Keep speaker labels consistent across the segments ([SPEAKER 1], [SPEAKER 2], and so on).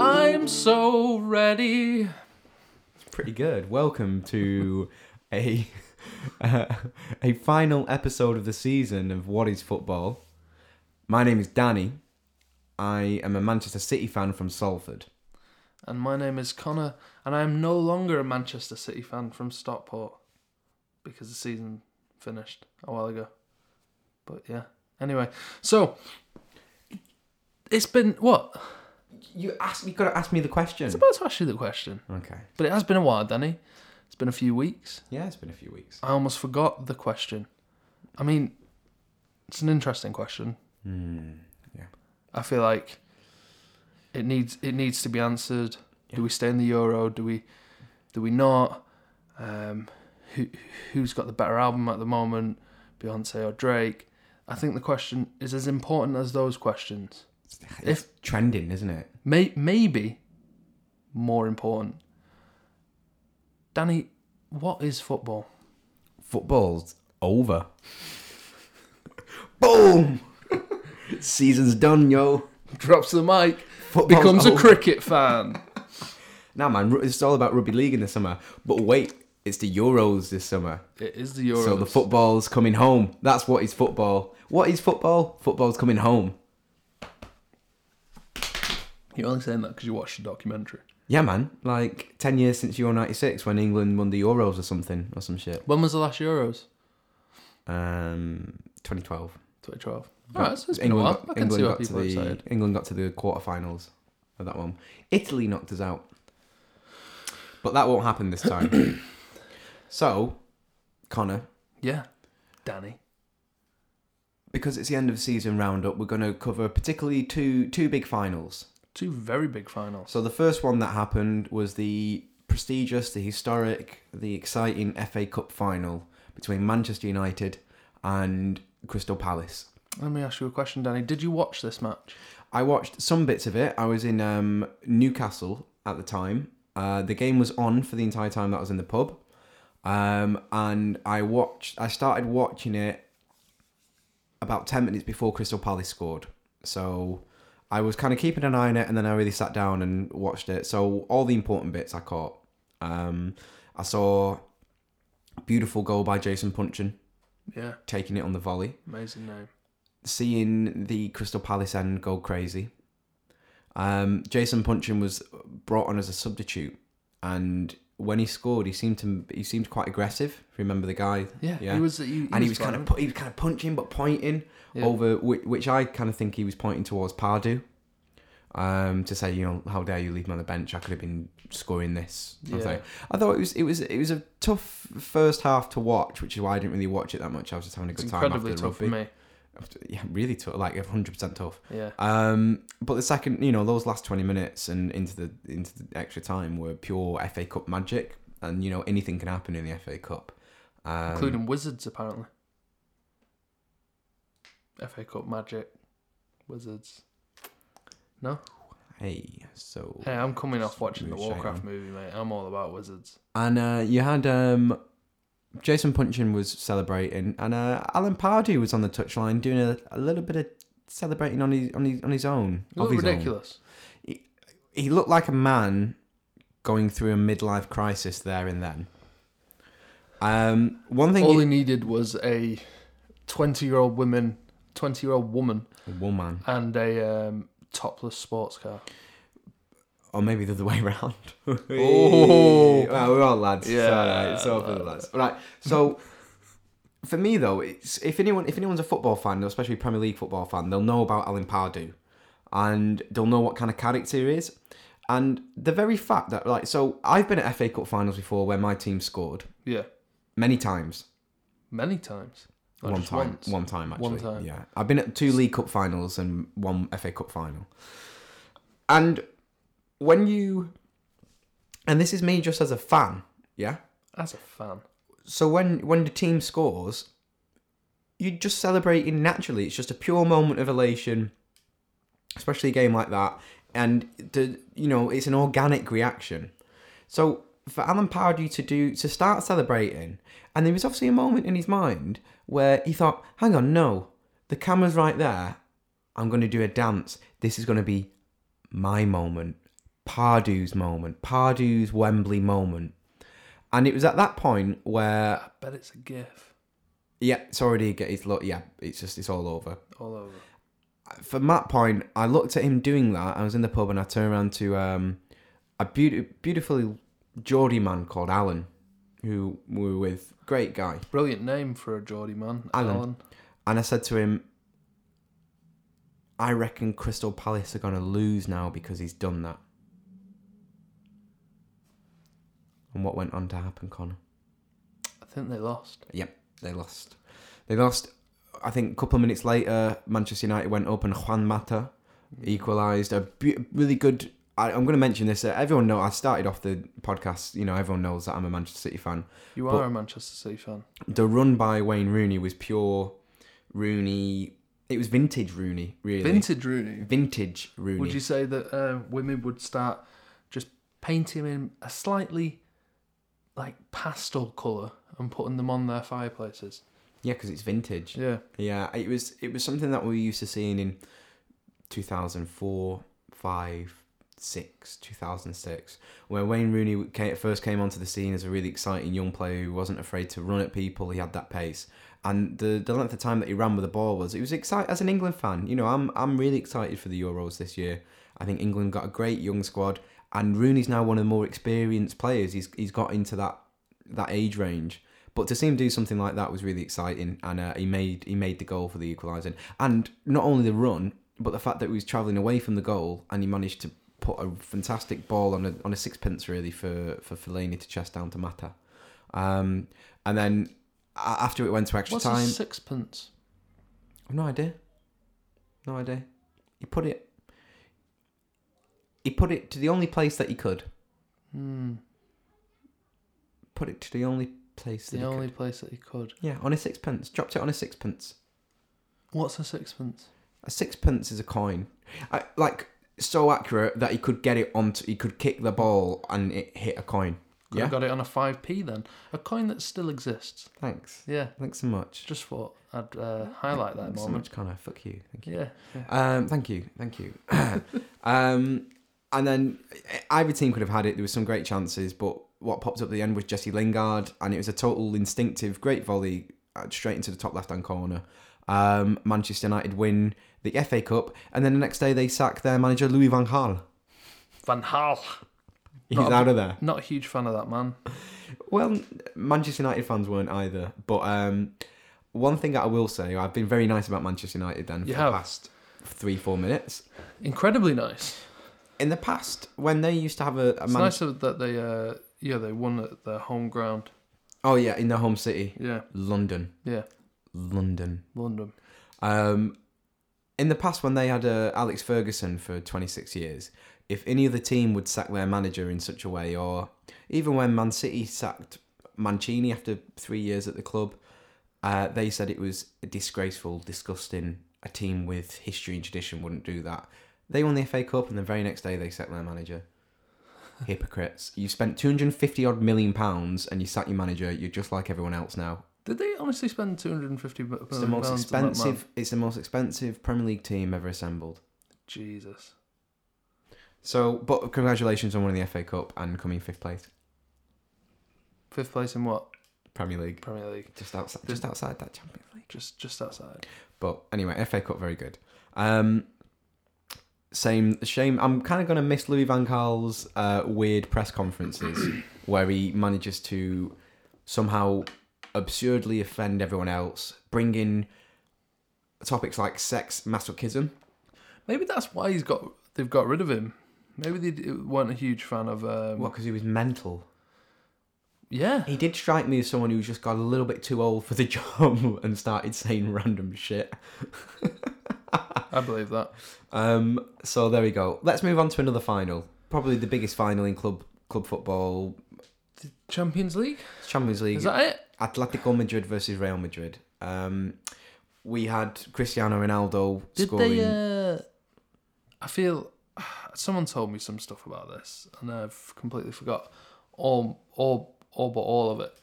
[SPEAKER 1] I'm so ready.
[SPEAKER 2] Pretty good. Welcome to a uh, a final episode of the season of What Is Football. My name is Danny. I am a Manchester City fan from Salford.
[SPEAKER 1] And my name is Connor, and I am no longer a Manchester City fan from Stockport because the season finished a while ago. But yeah. Anyway, so it's been what?
[SPEAKER 2] You asked. You gotta ask me the question.
[SPEAKER 1] It's about to ask you the question,
[SPEAKER 2] Okay.
[SPEAKER 1] but it has been a while, Danny. It's been a few weeks.
[SPEAKER 2] Yeah, it's been a few weeks.
[SPEAKER 1] I almost forgot the question. I mean, it's an interesting question. Hmm.
[SPEAKER 2] yeah.
[SPEAKER 1] I feel like it needs it needs to be answered. Do we stay in the euro? Do we do we not? Um, who who's got the better album at the moment, Beyonce or Drake? I think the question is as important as those questions.
[SPEAKER 2] It's, it's trending, isn't it?
[SPEAKER 1] May, maybe more important. Danny, what is football?
[SPEAKER 2] Football's over. Boom. Season's done, yo.
[SPEAKER 1] Drops the mic,
[SPEAKER 2] Football's
[SPEAKER 1] becomes a
[SPEAKER 2] over.
[SPEAKER 1] cricket fan.
[SPEAKER 2] Nah, man, ru- it's all about rugby league in the summer. But wait, it's the Euros this summer.
[SPEAKER 1] It is the Euros.
[SPEAKER 2] So the football's coming home. That's what is football. What is football? Football's coming home.
[SPEAKER 1] You're only saying that because you watched the documentary.
[SPEAKER 2] Yeah, man. Like 10 years since Euro 96 when England won the Euros or something or some shit.
[SPEAKER 1] When was the last Euros?
[SPEAKER 2] Um, 2012.
[SPEAKER 1] 2012. All right, so it's Oh, been a
[SPEAKER 2] England
[SPEAKER 1] while.
[SPEAKER 2] got,
[SPEAKER 1] I can see
[SPEAKER 2] England
[SPEAKER 1] why
[SPEAKER 2] got to
[SPEAKER 1] people are
[SPEAKER 2] the
[SPEAKER 1] excited.
[SPEAKER 2] England got to the quarterfinals of that one. Italy knocked us out, but that won't happen this time. so, Connor,
[SPEAKER 1] Yeah, Danny.
[SPEAKER 2] because it's the end of season roundup, we're going to cover particularly two two big finals.
[SPEAKER 1] Two very big finals.
[SPEAKER 2] So the first one that happened was the prestigious, the historic, the exciting FA Cup final between Manchester United and Crystal Palace.
[SPEAKER 1] Let me ask you a question, Danny. Did you watch this match?
[SPEAKER 2] I watched some bits of it. I was in um, Newcastle at the time. Uh, the game was on for the entire time that I was in the pub, um, and I watched. I started watching it about ten minutes before Crystal Palace scored. So I was kind of keeping an eye on it, and then I really sat down and watched it. So all the important bits I caught. Um, I saw a beautiful goal by Jason Punchin
[SPEAKER 1] Yeah,
[SPEAKER 2] taking it on the volley
[SPEAKER 1] amazing name.
[SPEAKER 2] seeing the Crystal Palace end go crazy. Um, Jason Punchin was brought on as a substitute, and when he scored, he seemed to he seemed quite aggressive. if you Remember the guy?
[SPEAKER 1] Yeah, he was. He,
[SPEAKER 2] and he was kind of pu- he was kind of punching but pointing
[SPEAKER 1] Yeah.
[SPEAKER 2] over, which, which I kind of think he was pointing towards Pardew, um, to say you know how dare you leave me on the bench? I could have been scoring this. sort of
[SPEAKER 1] Yeah.
[SPEAKER 2] thing. I thought it was it was it was a tough first half to watch, which is why I didn't really watch it that much. I was just having a
[SPEAKER 1] It's
[SPEAKER 2] good time after
[SPEAKER 1] incredibly
[SPEAKER 2] the
[SPEAKER 1] tough
[SPEAKER 2] rugby
[SPEAKER 1] for me.
[SPEAKER 2] yeah, really tough, like hundred percent tough.
[SPEAKER 1] Yeah,
[SPEAKER 2] Um, but the second, you know, those last twenty minutes and into the into the extra time were pure FA Cup magic, and you know anything can happen in the FA Cup. Um,
[SPEAKER 1] including Wizards apparently. FA Cup magic, Wizards.
[SPEAKER 2] hey, so
[SPEAKER 1] Hey, I'm coming off watching the
[SPEAKER 2] Smooth shite,
[SPEAKER 1] Warcraft movie, mate. I'm all about Wizards.
[SPEAKER 2] and uh, you had um, Jason Punchin was celebrating, and uh, Alan Pardew was on the touchline doing a, a little bit of celebrating on his on his on his own.
[SPEAKER 1] You
[SPEAKER 2] of
[SPEAKER 1] look
[SPEAKER 2] his own.
[SPEAKER 1] ridiculous.
[SPEAKER 2] he looked like a man going through a midlife crisis there and then. Um, one thing,
[SPEAKER 1] All
[SPEAKER 2] you,
[SPEAKER 1] he needed was a twenty-year-old woman, twenty-year-old woman
[SPEAKER 2] woman,
[SPEAKER 1] and a um, topless sports car.
[SPEAKER 2] or maybe the other way around.
[SPEAKER 1] Oh.
[SPEAKER 2] well, we're all lads. Yeah,
[SPEAKER 1] Yeah.
[SPEAKER 2] it's all, right. it's all for the lads. All right, so. For me though, it's if anyone if anyone's a football fan, especially Premier League football fan, they'll know about Alan Pardew, and they'll know what kind of character he is, and the very fact that like so I've been at FA Cup finals before where my team scored
[SPEAKER 1] Yeah,
[SPEAKER 2] many times,
[SPEAKER 1] many times. Not
[SPEAKER 2] one
[SPEAKER 1] just
[SPEAKER 2] time,
[SPEAKER 1] once.
[SPEAKER 2] one time actually.
[SPEAKER 1] One time.
[SPEAKER 2] Yeah, I've been at two League Cup finals and one FA Cup final. And when you, and this is me just as a fan, yeah.
[SPEAKER 1] As a fan,
[SPEAKER 2] So when when the team scores, you're just celebrating naturally. It's just a pure moment of elation, especially a game like that. And the you know it's an organic reaction. So for Alan Pardew to do to start celebrating, and there was obviously a moment in his mind where he thought, "Hang on, no, the camera's right there. I'm going to do a dance. This is going to be my moment. Pardew's moment, Pardew's Wembley moment. And it was at that point where,
[SPEAKER 1] I bet it's a gif
[SPEAKER 2] yeah, it's already, get- it's, lo- yeah, it's just, it's all over.
[SPEAKER 1] all over.
[SPEAKER 2] from that point, I looked at him doing that. I was in the pub and I turned around to um, a beauti- beautifully Geordie man called Alan, who we were with, great guy.
[SPEAKER 1] Brilliant name for a Geordie man,
[SPEAKER 2] Alan.
[SPEAKER 1] Alan.
[SPEAKER 2] And I said to him, I reckon Crystal Palace are going to lose now because he's done that. And what went on to happen, Connor?
[SPEAKER 1] I think they lost.
[SPEAKER 2] They lost. They lost. I think a couple of minutes later, Manchester United went up and Juan Mata equalised. A be- really good. I, I'm going to mention this. Uh, everyone know I started off the podcast. You know, everyone knows that I'm a Manchester City fan.
[SPEAKER 1] You
[SPEAKER 2] But-
[SPEAKER 1] are a Manchester City fan.
[SPEAKER 2] The run by Wayne Rooney was pure Rooney. It was vintage Rooney, really.
[SPEAKER 1] Vintage Rooney.
[SPEAKER 2] Vintage Rooney.
[SPEAKER 1] Would you say that uh, women would start just painting him in a slightly like pastel colour and putting them on their fireplaces?
[SPEAKER 2] Yeah, because it's vintage.
[SPEAKER 1] Yeah.
[SPEAKER 2] Yeah, it was. It was something that we used to seeing in 2004, five, six, 2006, when Wayne Rooney came, first came onto the scene as a really exciting young player who wasn't afraid to run at people. He had that pace, and the the length of time that he ran with the ball was it was exciting. As an England fan, you know, I'm I'm really excited for the Euros this year. I think England got a great young squad, and Rooney's now one of the more experienced players. He's he's got into that that age range. But to see him do something like that was really exciting, and uh, he made he made the goal for the equalising, and not only the run, but the fact that he was travelling away from the goal and he managed to put a fantastic ball on a on a sixpence really for for Fellaini to chest down to Mata, um, and then a- after it went to extra
[SPEAKER 1] What's a
[SPEAKER 2] time,
[SPEAKER 1] sixpence?
[SPEAKER 2] I've no idea, no idea. He put it, he put it to the only place that he could,
[SPEAKER 1] Hmm.
[SPEAKER 2] put it to the only place
[SPEAKER 1] It's
[SPEAKER 2] that
[SPEAKER 1] the
[SPEAKER 2] he
[SPEAKER 1] only
[SPEAKER 2] could.
[SPEAKER 1] place that he could.
[SPEAKER 2] Yeah, on a sixpence, dropped it on a sixpence.
[SPEAKER 1] What's a sixpence?
[SPEAKER 2] A sixpence is a coin. I, like so accurate that he could get it onto. He could kick the ball and it hit a coin.
[SPEAKER 1] Could
[SPEAKER 2] yeah.
[SPEAKER 1] have got it on a 5p then. A coin that still exists.
[SPEAKER 2] Thanks.
[SPEAKER 1] Yeah.
[SPEAKER 2] Thanks so much.
[SPEAKER 1] Just thought I'd uh, highlight that
[SPEAKER 2] Thanks so
[SPEAKER 1] moment.
[SPEAKER 2] much, Connor. Fuck you. Thank you.
[SPEAKER 1] Yeah. yeah.
[SPEAKER 2] Um, thank you. Thank you. um, and then eh, either team could have had it. There was some great chances, but what popped up at the end was Jesse Lingard, and it was a total instinctive, great volley uh, straight into the top left hand corner. Um, Manchester United win the FA Cup, and then the next day they sack their manager Louis Van Gaal.
[SPEAKER 1] Van Hal.
[SPEAKER 2] He's
[SPEAKER 1] Not a-
[SPEAKER 2] out of there.
[SPEAKER 1] Not a huge fan of that man.
[SPEAKER 2] Well, Manchester United fans weren't either. But um, one thing that I will say, I've been very nice about Manchester United then for
[SPEAKER 1] You
[SPEAKER 2] the
[SPEAKER 1] have.
[SPEAKER 2] past three, four minutes.
[SPEAKER 1] Incredibly nice.
[SPEAKER 2] In the past, when they used to have a, a
[SPEAKER 1] It's
[SPEAKER 2] man-
[SPEAKER 1] nice of- that they, uh, yeah, they won at their home ground.
[SPEAKER 2] oh yeah, in their home city,
[SPEAKER 1] Yeah,
[SPEAKER 2] London,
[SPEAKER 1] yeah,
[SPEAKER 2] London.
[SPEAKER 1] London.
[SPEAKER 2] Um, in the past, when they had uh, Alex Ferguson for 26 years, if any other team would sack their manager in such a way, or even when Man City sacked Mancini after three years at the club, uh, they said it was disgraceful, disgusting. A team with history and tradition wouldn't do that. They won the FA Cup, and the very next day they sacked their manager. Hypocrites! You spent 250 odd million pounds, and you sacked your manager. You're just like everyone else now.
[SPEAKER 1] Did they honestly spend 250 million
[SPEAKER 2] It's the
[SPEAKER 1] pounds
[SPEAKER 2] most
[SPEAKER 1] on that man?
[SPEAKER 2] expensive. It's the most expensive Premier League team ever assembled.
[SPEAKER 1] Jesus.
[SPEAKER 2] So, but congratulations on winning the FA Cup and coming fifth place,
[SPEAKER 1] Fifth place in what?
[SPEAKER 2] Premier League,
[SPEAKER 1] Premier League.
[SPEAKER 2] just outside, just outside that Champions League.
[SPEAKER 1] Just just outside.
[SPEAKER 2] But anyway, FA Cup very good. Um, same shame. I'm kind of gonna miss Louis Van Gaal's uh, weird press conferences where he manages to somehow absurdly offend everyone else, bring in topics like sex, masochism.
[SPEAKER 1] Maybe that's why he's got they've got rid of him. Maybe they d- weren't a huge fan of um,
[SPEAKER 2] Well, because he was mental.
[SPEAKER 1] Yeah.
[SPEAKER 2] He did strike me as someone who just got a little bit too old for the job and started saying random shit.
[SPEAKER 1] I believe that.
[SPEAKER 2] Um, so there we go. Let's move on to another final, probably the biggest final in club club football,
[SPEAKER 1] Champions League?
[SPEAKER 2] Champions League.
[SPEAKER 1] Is that it?
[SPEAKER 2] Atletico Madrid versus Real Madrid. Um, we had Cristiano Ronaldo
[SPEAKER 1] Did
[SPEAKER 2] scoring.
[SPEAKER 1] they? Uh, I feel someone told me some stuff about this, and I've completely forgot all, all, all but all of it.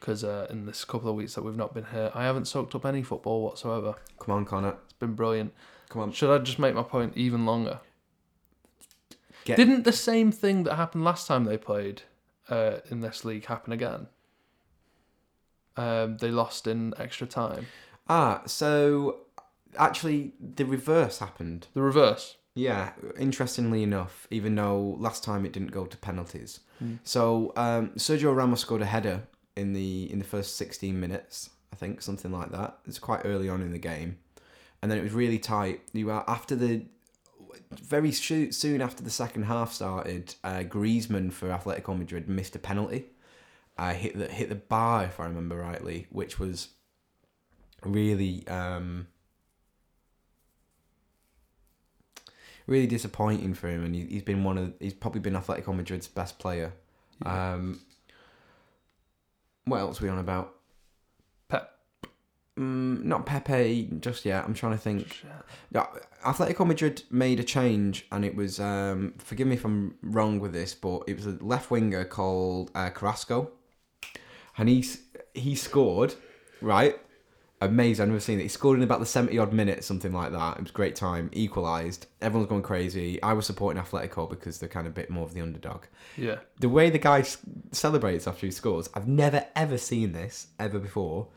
[SPEAKER 1] Because uh, in this couple of weeks that we've not been here, I haven't soaked up any football whatsoever.
[SPEAKER 2] Come on, Connor.
[SPEAKER 1] It's been brilliant.
[SPEAKER 2] Come on.
[SPEAKER 1] Should I just make my point even longer?
[SPEAKER 2] Get-
[SPEAKER 1] Didn't the same thing that happened last time they played uh, in this league happen again? Um, they lost in extra time.
[SPEAKER 2] Ah, so actually, the reverse happened.
[SPEAKER 1] The reverse.
[SPEAKER 2] Yeah, interestingly enough, even though last time it didn't go to penalties. So um, Sergio Ramos scored a header in the in the first 16 minutes, I think, something like that. It's quite early on in the game, and then it was really tight. You were after the very sho- soon after the second half started, uh, Griezmann for Atletico Madrid missed a penalty. Uh, hit the hit the bar if I remember rightly, which was really um, really disappointing for him, and he, he's been one of he's probably been Atletico Madrid's best player. Um, what else are we on about?
[SPEAKER 1] Pep.
[SPEAKER 2] Mm, not Pepe just yet. I'm trying to think.
[SPEAKER 1] Shit.
[SPEAKER 2] Yeah, Atletico Madrid made a change, and it was um, forgive me if I'm wrong with this, but it was a left winger called uh, Carrasco, and he s- he scored, right? Amazing! I've never seen it. He scored in about the seventy odd minutes, something like that. It was a great time. Equalised. Everyone's going crazy. I was supporting Atletico because they're kind of a bit more of the underdog.
[SPEAKER 1] Yeah.
[SPEAKER 2] The way the guy s- celebrates after he scores, I've never ever seen this ever before.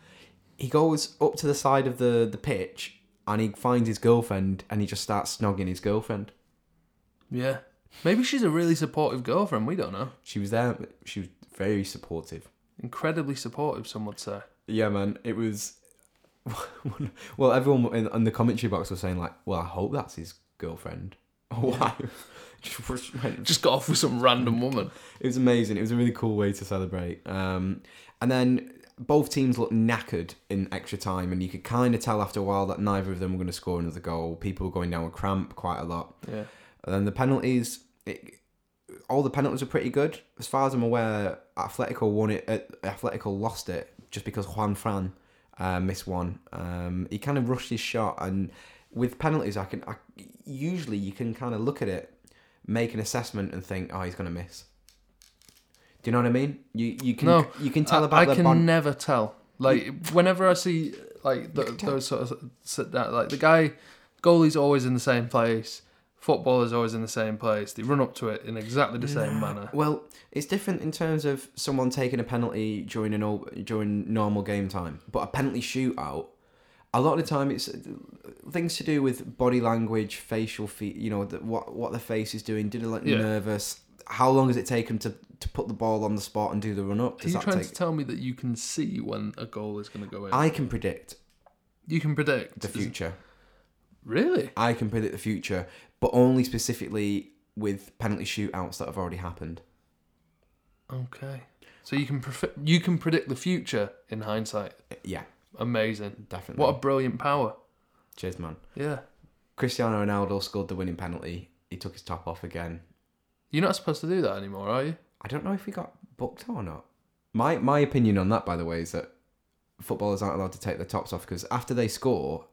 [SPEAKER 2] He goes up to the side of the, the pitch and he finds his girlfriend and he just starts snogging his girlfriend.
[SPEAKER 1] Yeah. Maybe she's a really supportive girlfriend. We don't know.
[SPEAKER 2] She was there. She was very supportive.
[SPEAKER 1] Incredibly supportive, some would say.
[SPEAKER 2] Yeah, man. It was. Well, everyone in, in the commentary box was saying like, "Well, I hope that's his girlfriend or wife." Just went
[SPEAKER 1] Just got off with some random woman.
[SPEAKER 2] It was amazing. It was a really cool way to celebrate. Um, and then both teams looked knackered in extra time, and you could kind of tell after a while that neither of them were going to score another goal. People were going down with cramp quite a lot.
[SPEAKER 1] Yeah.
[SPEAKER 2] And then the penalties, it, all the penalties were pretty good. As far as I'm aware, Atletico won it. Uh, Atletico lost it just because Juan Fran uh, missed one. Um, he kind of rushed his shot, and with penalties, I can I, usually you can kind of look at it, make an assessment, and think, oh, he's going to miss. Do you know what I mean? You you can
[SPEAKER 1] No,
[SPEAKER 2] you can tell
[SPEAKER 1] I-
[SPEAKER 2] about
[SPEAKER 1] I
[SPEAKER 2] the
[SPEAKER 1] can
[SPEAKER 2] bond.
[SPEAKER 1] never tell. Like whenever I see like th
[SPEAKER 2] can tell.
[SPEAKER 1] those sort of sit down, like the guy goalie's always in the same place. Footballer's always in the same place. They run up to it in exactly the same manner.
[SPEAKER 2] Well, it's different in terms of someone taking a penalty during an all, during normal game time, but a penalty shootout. A lot of the time, it's uh, things to do with body language, facial feet. You know the, what what the face is doing. Did it look
[SPEAKER 1] Yeah.
[SPEAKER 2] nervous? How long does it take him to, to put the ball on the spot and do the run up?
[SPEAKER 1] Are
[SPEAKER 2] Does
[SPEAKER 1] you
[SPEAKER 2] that
[SPEAKER 1] trying
[SPEAKER 2] take?
[SPEAKER 1] to uh, tell me that you can see when a goal is going to go in?
[SPEAKER 2] I can predict
[SPEAKER 1] you can predict
[SPEAKER 2] the future.
[SPEAKER 1] Really?
[SPEAKER 2] I can predict the future, but only specifically with penalty shootouts that have already happened.
[SPEAKER 1] Okay. So you can pref- you can predict the future in hindsight.
[SPEAKER 2] Uh, Yeah,
[SPEAKER 1] Amazing.
[SPEAKER 2] definitely.
[SPEAKER 1] What a brilliant power.
[SPEAKER 2] Cheers, man.
[SPEAKER 1] Yeah.
[SPEAKER 2] Cristiano Ronaldo scored the winning penalty. He took his top off again.
[SPEAKER 1] You're not supposed to do that anymore, are you?
[SPEAKER 2] I don't know if he got booked or not. My my opinion on that, by the way, is that footballers aren't allowed to take their tops off because after they score,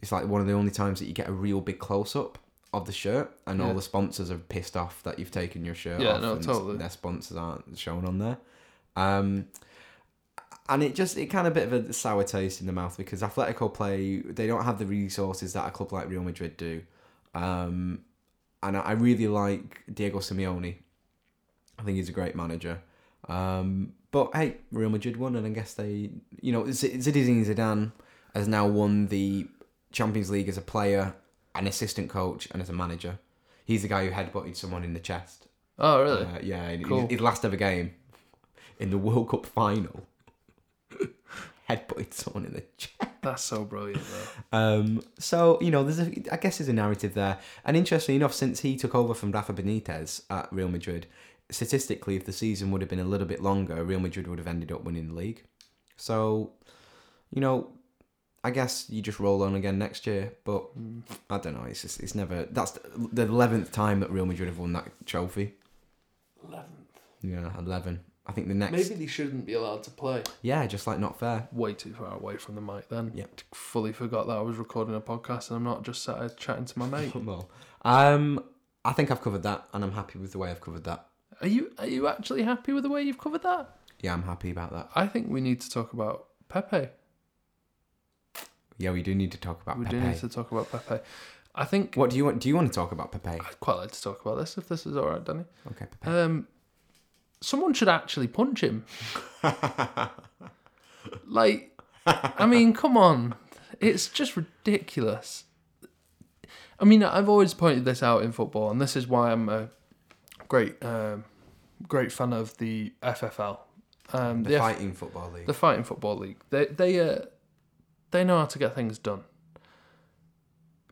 [SPEAKER 2] it's like one of the only times that you get a real big close up of the shirt, and
[SPEAKER 1] Yeah.
[SPEAKER 2] all the sponsors are pissed off that you've taken your shirt
[SPEAKER 1] Yeah,
[SPEAKER 2] off,
[SPEAKER 1] no,
[SPEAKER 2] and
[SPEAKER 1] totally.
[SPEAKER 2] their sponsors aren't shown on there. Um, and it just it kind of bit of a sour taste in the mouth because Atletico play they don't have the resources that a club like Real Madrid do, um, and I- I really like Diego Simeone. I think he's a great manager. Um, but hey, Real Madrid won, and I guess they, you know, Z- Zinedine Zidane has now won the Champions League as a player, an assistant coach, and as a manager. He's the guy who headbutted someone in the chest.
[SPEAKER 1] Oh, really?
[SPEAKER 2] Uh, yeah, in
[SPEAKER 1] Cool.
[SPEAKER 2] his, his last ever game in the World Cup final, headbutted someone in the chest.
[SPEAKER 1] That's so brilliant, though.
[SPEAKER 2] Um, so you know, there's a, I guess there's a narrative there. And interestingly enough, since he took over from Rafa Benitez at Real Madrid, statistically, if the season would have been a little bit longer, Real Madrid would have ended up winning the league. So, you know, I guess you just roll on again next year. But I don't know. It's just it's never. That's the eleventh time that Real Madrid have won that trophy. Yeah, eleven. I think the next.
[SPEAKER 1] Maybe they shouldn't be allowed to play.
[SPEAKER 2] Yeah, just like not fair.
[SPEAKER 1] Way too far away from the mic then.
[SPEAKER 2] Yeah.
[SPEAKER 1] Fully forgot that I was recording a podcast and I'm not just sat here chatting to my mate.
[SPEAKER 2] Well, um, I think I've covered that, and I'm happy with the way I've covered that.
[SPEAKER 1] Are you are you actually happy with the way you've covered that?
[SPEAKER 2] Yeah, I'm happy about that.
[SPEAKER 1] I think we need to talk about Pepe.
[SPEAKER 2] Yeah, we do need to talk about
[SPEAKER 1] We
[SPEAKER 2] Pepe.
[SPEAKER 1] do need to talk about Pepe. I think
[SPEAKER 2] What do you want? Do you want to talk about Pepe?
[SPEAKER 1] I'd quite like to talk about this if this is all right, Danny.
[SPEAKER 2] Okay, Pepe.
[SPEAKER 1] Um, someone should actually punch him. like, I mean, come on, it's just ridiculous. I mean, I've always pointed this out in football, and this is why I'm a great, um, great fan of the FFL. Um,
[SPEAKER 2] the
[SPEAKER 1] the, F-
[SPEAKER 2] Fighting Football League.
[SPEAKER 1] the Fighting Football League. They they uh, they know how to get things done.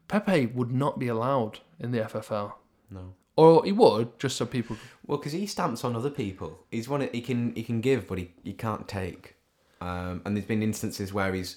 [SPEAKER 1] Pepe would not be allowed in the FFL,
[SPEAKER 2] no.
[SPEAKER 1] or he would just so people
[SPEAKER 2] Well, because he stamps on other people. He's one. He can he can give, but he, he can't take. Um, and there's been instances where he's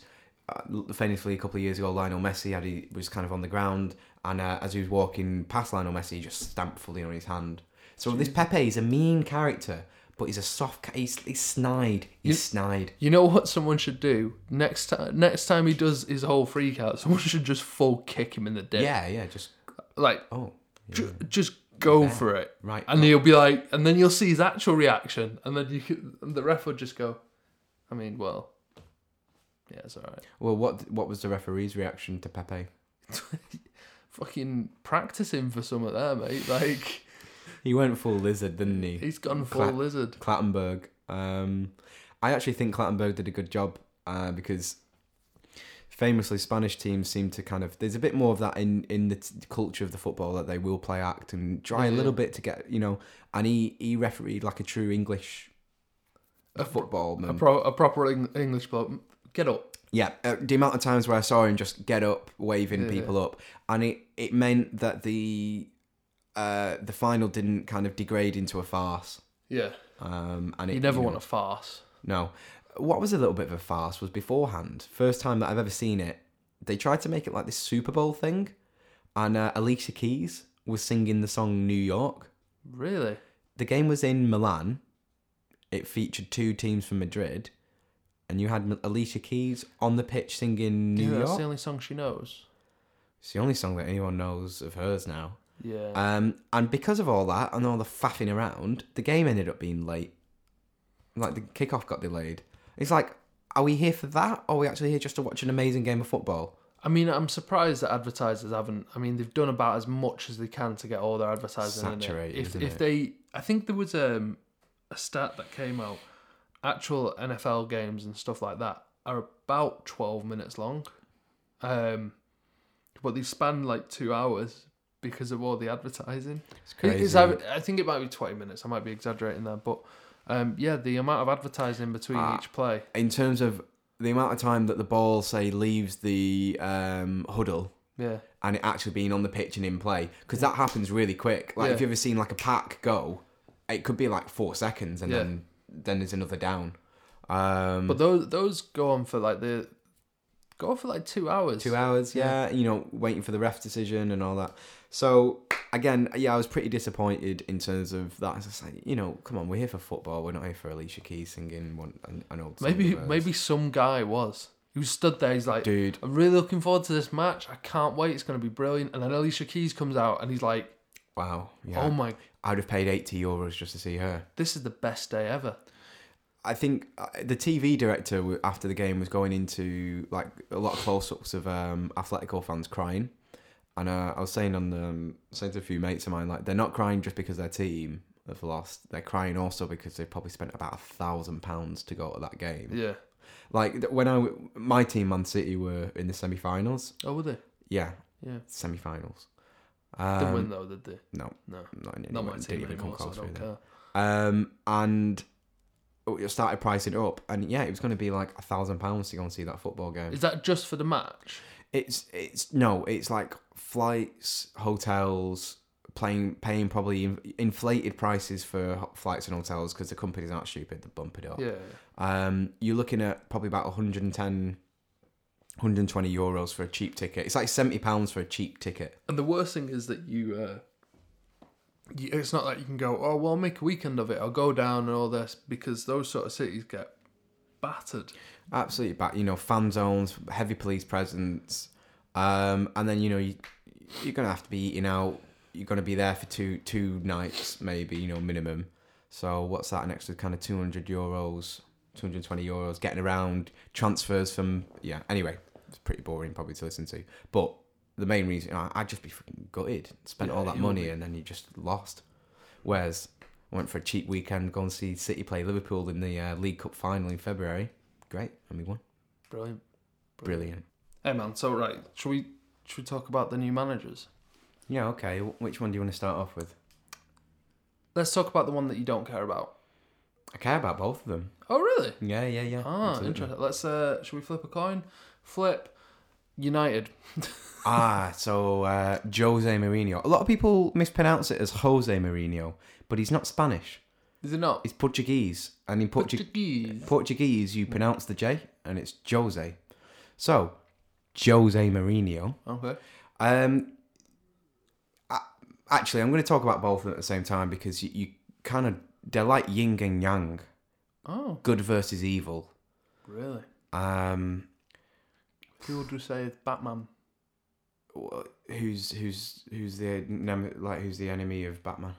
[SPEAKER 2] uh, famously a couple of years ago, Lionel Messi had he was kind of on the ground, and uh, as he was walking past Lionel Messi, he just stamped fully on his hand. So this Pepe is a mean character, but he's a soft. ca- He's, he's snide. He's snide.
[SPEAKER 1] You know what someone should do next time? Next time he does his whole freak out, someone should just full kick him in the dick.
[SPEAKER 2] Yeah, yeah. Just
[SPEAKER 1] Like,
[SPEAKER 2] oh,
[SPEAKER 1] ju- just go for it.
[SPEAKER 2] right.
[SPEAKER 1] And he'll be like, and then you'll see his actual reaction, and then you could, and the ref will just go, I mean, well, yeah, it's all right.
[SPEAKER 2] Well, what what was the referee's reaction to Pepe?
[SPEAKER 1] Fucking practicing for some of there, mate. Like,
[SPEAKER 2] He went full lizard, didn't he?
[SPEAKER 1] he's gone full
[SPEAKER 2] Clap.
[SPEAKER 1] lizard.
[SPEAKER 2] Clattenburg. Um, I actually think Clattenburg did a good job uh, because famously Spanish teams seem to kind of there's a bit more of that in in the t- culture of the football that they will play act and try a
[SPEAKER 1] Yeah.
[SPEAKER 2] little bit to get you know. And he he refereed like a true English
[SPEAKER 1] A pro-
[SPEAKER 2] football
[SPEAKER 1] A,
[SPEAKER 2] man.
[SPEAKER 1] pro- a proper Eng- English bloke. Get up.
[SPEAKER 2] yeah, uh, the amount of times where I saw him just get up waving
[SPEAKER 1] Yeah.
[SPEAKER 2] people up, and it it meant that the uh, the final didn't kind of degrade into a farce.
[SPEAKER 1] Yeah.
[SPEAKER 2] Um, and it,
[SPEAKER 1] You never
[SPEAKER 2] know,
[SPEAKER 1] want a farce.
[SPEAKER 2] No. What was a little bit of a farce was beforehand, first time that I've ever seen it, they tried to make it like this Super Bowl thing, and uh, Alicia Keys was singing the song New York.
[SPEAKER 1] Really?
[SPEAKER 2] The game was in Milan. It featured two teams from Madrid, and you had M- Alicia Keys on the pitch singing
[SPEAKER 1] Yeah,
[SPEAKER 2] New
[SPEAKER 1] that's
[SPEAKER 2] York.
[SPEAKER 1] the only song she knows.
[SPEAKER 2] It's the only song that anyone knows of hers now.
[SPEAKER 1] Yeah.
[SPEAKER 2] Um, and because of all that and all the faffing around, the game ended up being late. Like the kickoff got delayed. It's like, are we here for that, or are we actually here just to watch an amazing game of football?
[SPEAKER 1] I mean, I'm surprised that advertisers haven't. I mean, they've done about as much as they can to get all their advertising
[SPEAKER 2] Saturated,
[SPEAKER 1] in it. If,
[SPEAKER 2] isn't
[SPEAKER 1] if
[SPEAKER 2] it?
[SPEAKER 1] they, I think there was um, a stat that came out. Actual NFL games and stuff like that are about 12 minutes long, um, but they span like two hours because of all the advertising.
[SPEAKER 2] It's
[SPEAKER 1] It-
[SPEAKER 2] crazy.
[SPEAKER 1] It's, I, I think it might be 20 minutes. I might be exaggerating there, but um, yeah, the amount of advertising between
[SPEAKER 2] Ah.
[SPEAKER 1] each play.
[SPEAKER 2] In terms of the amount of time that the ball, say, leaves the um, huddle
[SPEAKER 1] Yeah,
[SPEAKER 2] and it actually being on the pitch and in play, because that happens really quick. Like, if
[SPEAKER 1] Yeah.
[SPEAKER 2] you've ever seen like a pack go, it could be like four seconds, and
[SPEAKER 1] Yeah.
[SPEAKER 2] then then there's another down. Um,
[SPEAKER 1] but those those go on for like the go on for like two hours.
[SPEAKER 2] two hours yeah, you know waiting for the ref decision and all that so again yeah i was pretty disappointed in terms of that it's just like you know come on we're here for football we're not here for alicia keys singing one an, an old song
[SPEAKER 1] Maybe
[SPEAKER 2] of hers.
[SPEAKER 1] maybe some guy was who stood there. He's like,
[SPEAKER 2] dude
[SPEAKER 1] I'm really looking forward to this match. I can't wait. It's going to be brilliant. And then Alicia Keys comes out and he's like,
[SPEAKER 2] wow yeah
[SPEAKER 1] Oh my,
[SPEAKER 2] i'd have paid 80 euros just to see her
[SPEAKER 1] this is the best day ever.
[SPEAKER 2] I think uh, the TV director w- after the game was going into like a lot of close-ups of um, Atletico fans crying, and uh, I was saying on the um, saying to a few mates of mine like they're not crying just because their team have lost. They're crying also because they probably spent about a thousand pounds to go to that game.
[SPEAKER 1] Yeah.
[SPEAKER 2] Like th- when I w- my team Man City were in the semi-finals.
[SPEAKER 1] Oh, were they?
[SPEAKER 2] Yeah,
[SPEAKER 1] Yeah.
[SPEAKER 2] semi-finals.
[SPEAKER 1] Didn't
[SPEAKER 2] Um,
[SPEAKER 1] win though, did they?
[SPEAKER 2] no.
[SPEAKER 1] No.
[SPEAKER 2] Not, in
[SPEAKER 1] Not
[SPEAKER 2] anyone-
[SPEAKER 1] my
[SPEAKER 2] didn't
[SPEAKER 1] team
[SPEAKER 2] even come
[SPEAKER 1] anymore, so I
[SPEAKER 2] close to
[SPEAKER 1] don't
[SPEAKER 2] it.
[SPEAKER 1] care.
[SPEAKER 2] Um, and we started pricing it up, and yeah, it was going to be like a thousand pounds to go and see that football game.
[SPEAKER 1] Is that just for the match?
[SPEAKER 2] It's it's no, it's like flights, hotels, playing paying probably in, inflated prices for ho- flights and hotels because the companies aren't stupid; they bump it up.
[SPEAKER 1] Yeah.
[SPEAKER 2] Um, you're looking at probably about 110, 120 euros for a cheap ticket. It's like seventy pounds for a cheap ticket.
[SPEAKER 1] And the worst thing is that you, uh, you, it's not like you can go, oh, well, I'll make a weekend of it. I'll go down and all this because those sort of cities get battered.
[SPEAKER 2] absolutely back. You know, fan zones, heavy police presence, um, and then you know you, you're gonna have to be eating out. You're gonna be there for two two nights, maybe you know minimum. So what's that? An extra kind of two hundred euros, two hundred twenty euros, getting around transfers from yeah. Anyway, it's pretty boring probably to listen to, but the main reason I- I'd just be freaking gutted. Spent
[SPEAKER 1] Yeah,
[SPEAKER 2] all that
[SPEAKER 1] you would
[SPEAKER 2] money
[SPEAKER 1] be.
[SPEAKER 2] and then you just lost. Whereas I went for a cheap weekend, go and see City play Liverpool in the uh, League Cup final in February. Great, and we won.
[SPEAKER 1] Brilliant.
[SPEAKER 2] Brilliant.
[SPEAKER 1] Hey man, so right, should we should we talk about the new managers?
[SPEAKER 2] Yeah. Okay. wh- Which one do you want to start off with?
[SPEAKER 1] Let's talk about the one that you don't care about.
[SPEAKER 2] I care about both of them.
[SPEAKER 1] Oh really?
[SPEAKER 2] Yeah. Yeah. Yeah.
[SPEAKER 1] Ah,
[SPEAKER 2] absolutely.
[SPEAKER 1] interesting. Let's uh should we flip a coin? Flip United.
[SPEAKER 2] ah, so uh, Jose Mourinho. A lot of people mispronounce it as Jose Mourinho, but he's not Spanish.
[SPEAKER 1] Is it not?
[SPEAKER 2] It's Portuguese, and in Portu-
[SPEAKER 1] Portuguese.
[SPEAKER 2] Portuguese, you pronounce the J, and it's Jose. So, Jose Mourinho.
[SPEAKER 1] Okay.
[SPEAKER 2] Um, a- actually, I'm going to talk about both of them at the same time because you, you kind of they're like yin and yang,
[SPEAKER 1] Oh,
[SPEAKER 2] good versus evil.
[SPEAKER 1] really?
[SPEAKER 2] Um,
[SPEAKER 1] Who would you say is Batman?
[SPEAKER 2] wh- who's who's who's the nem- like who's the enemy of Batman?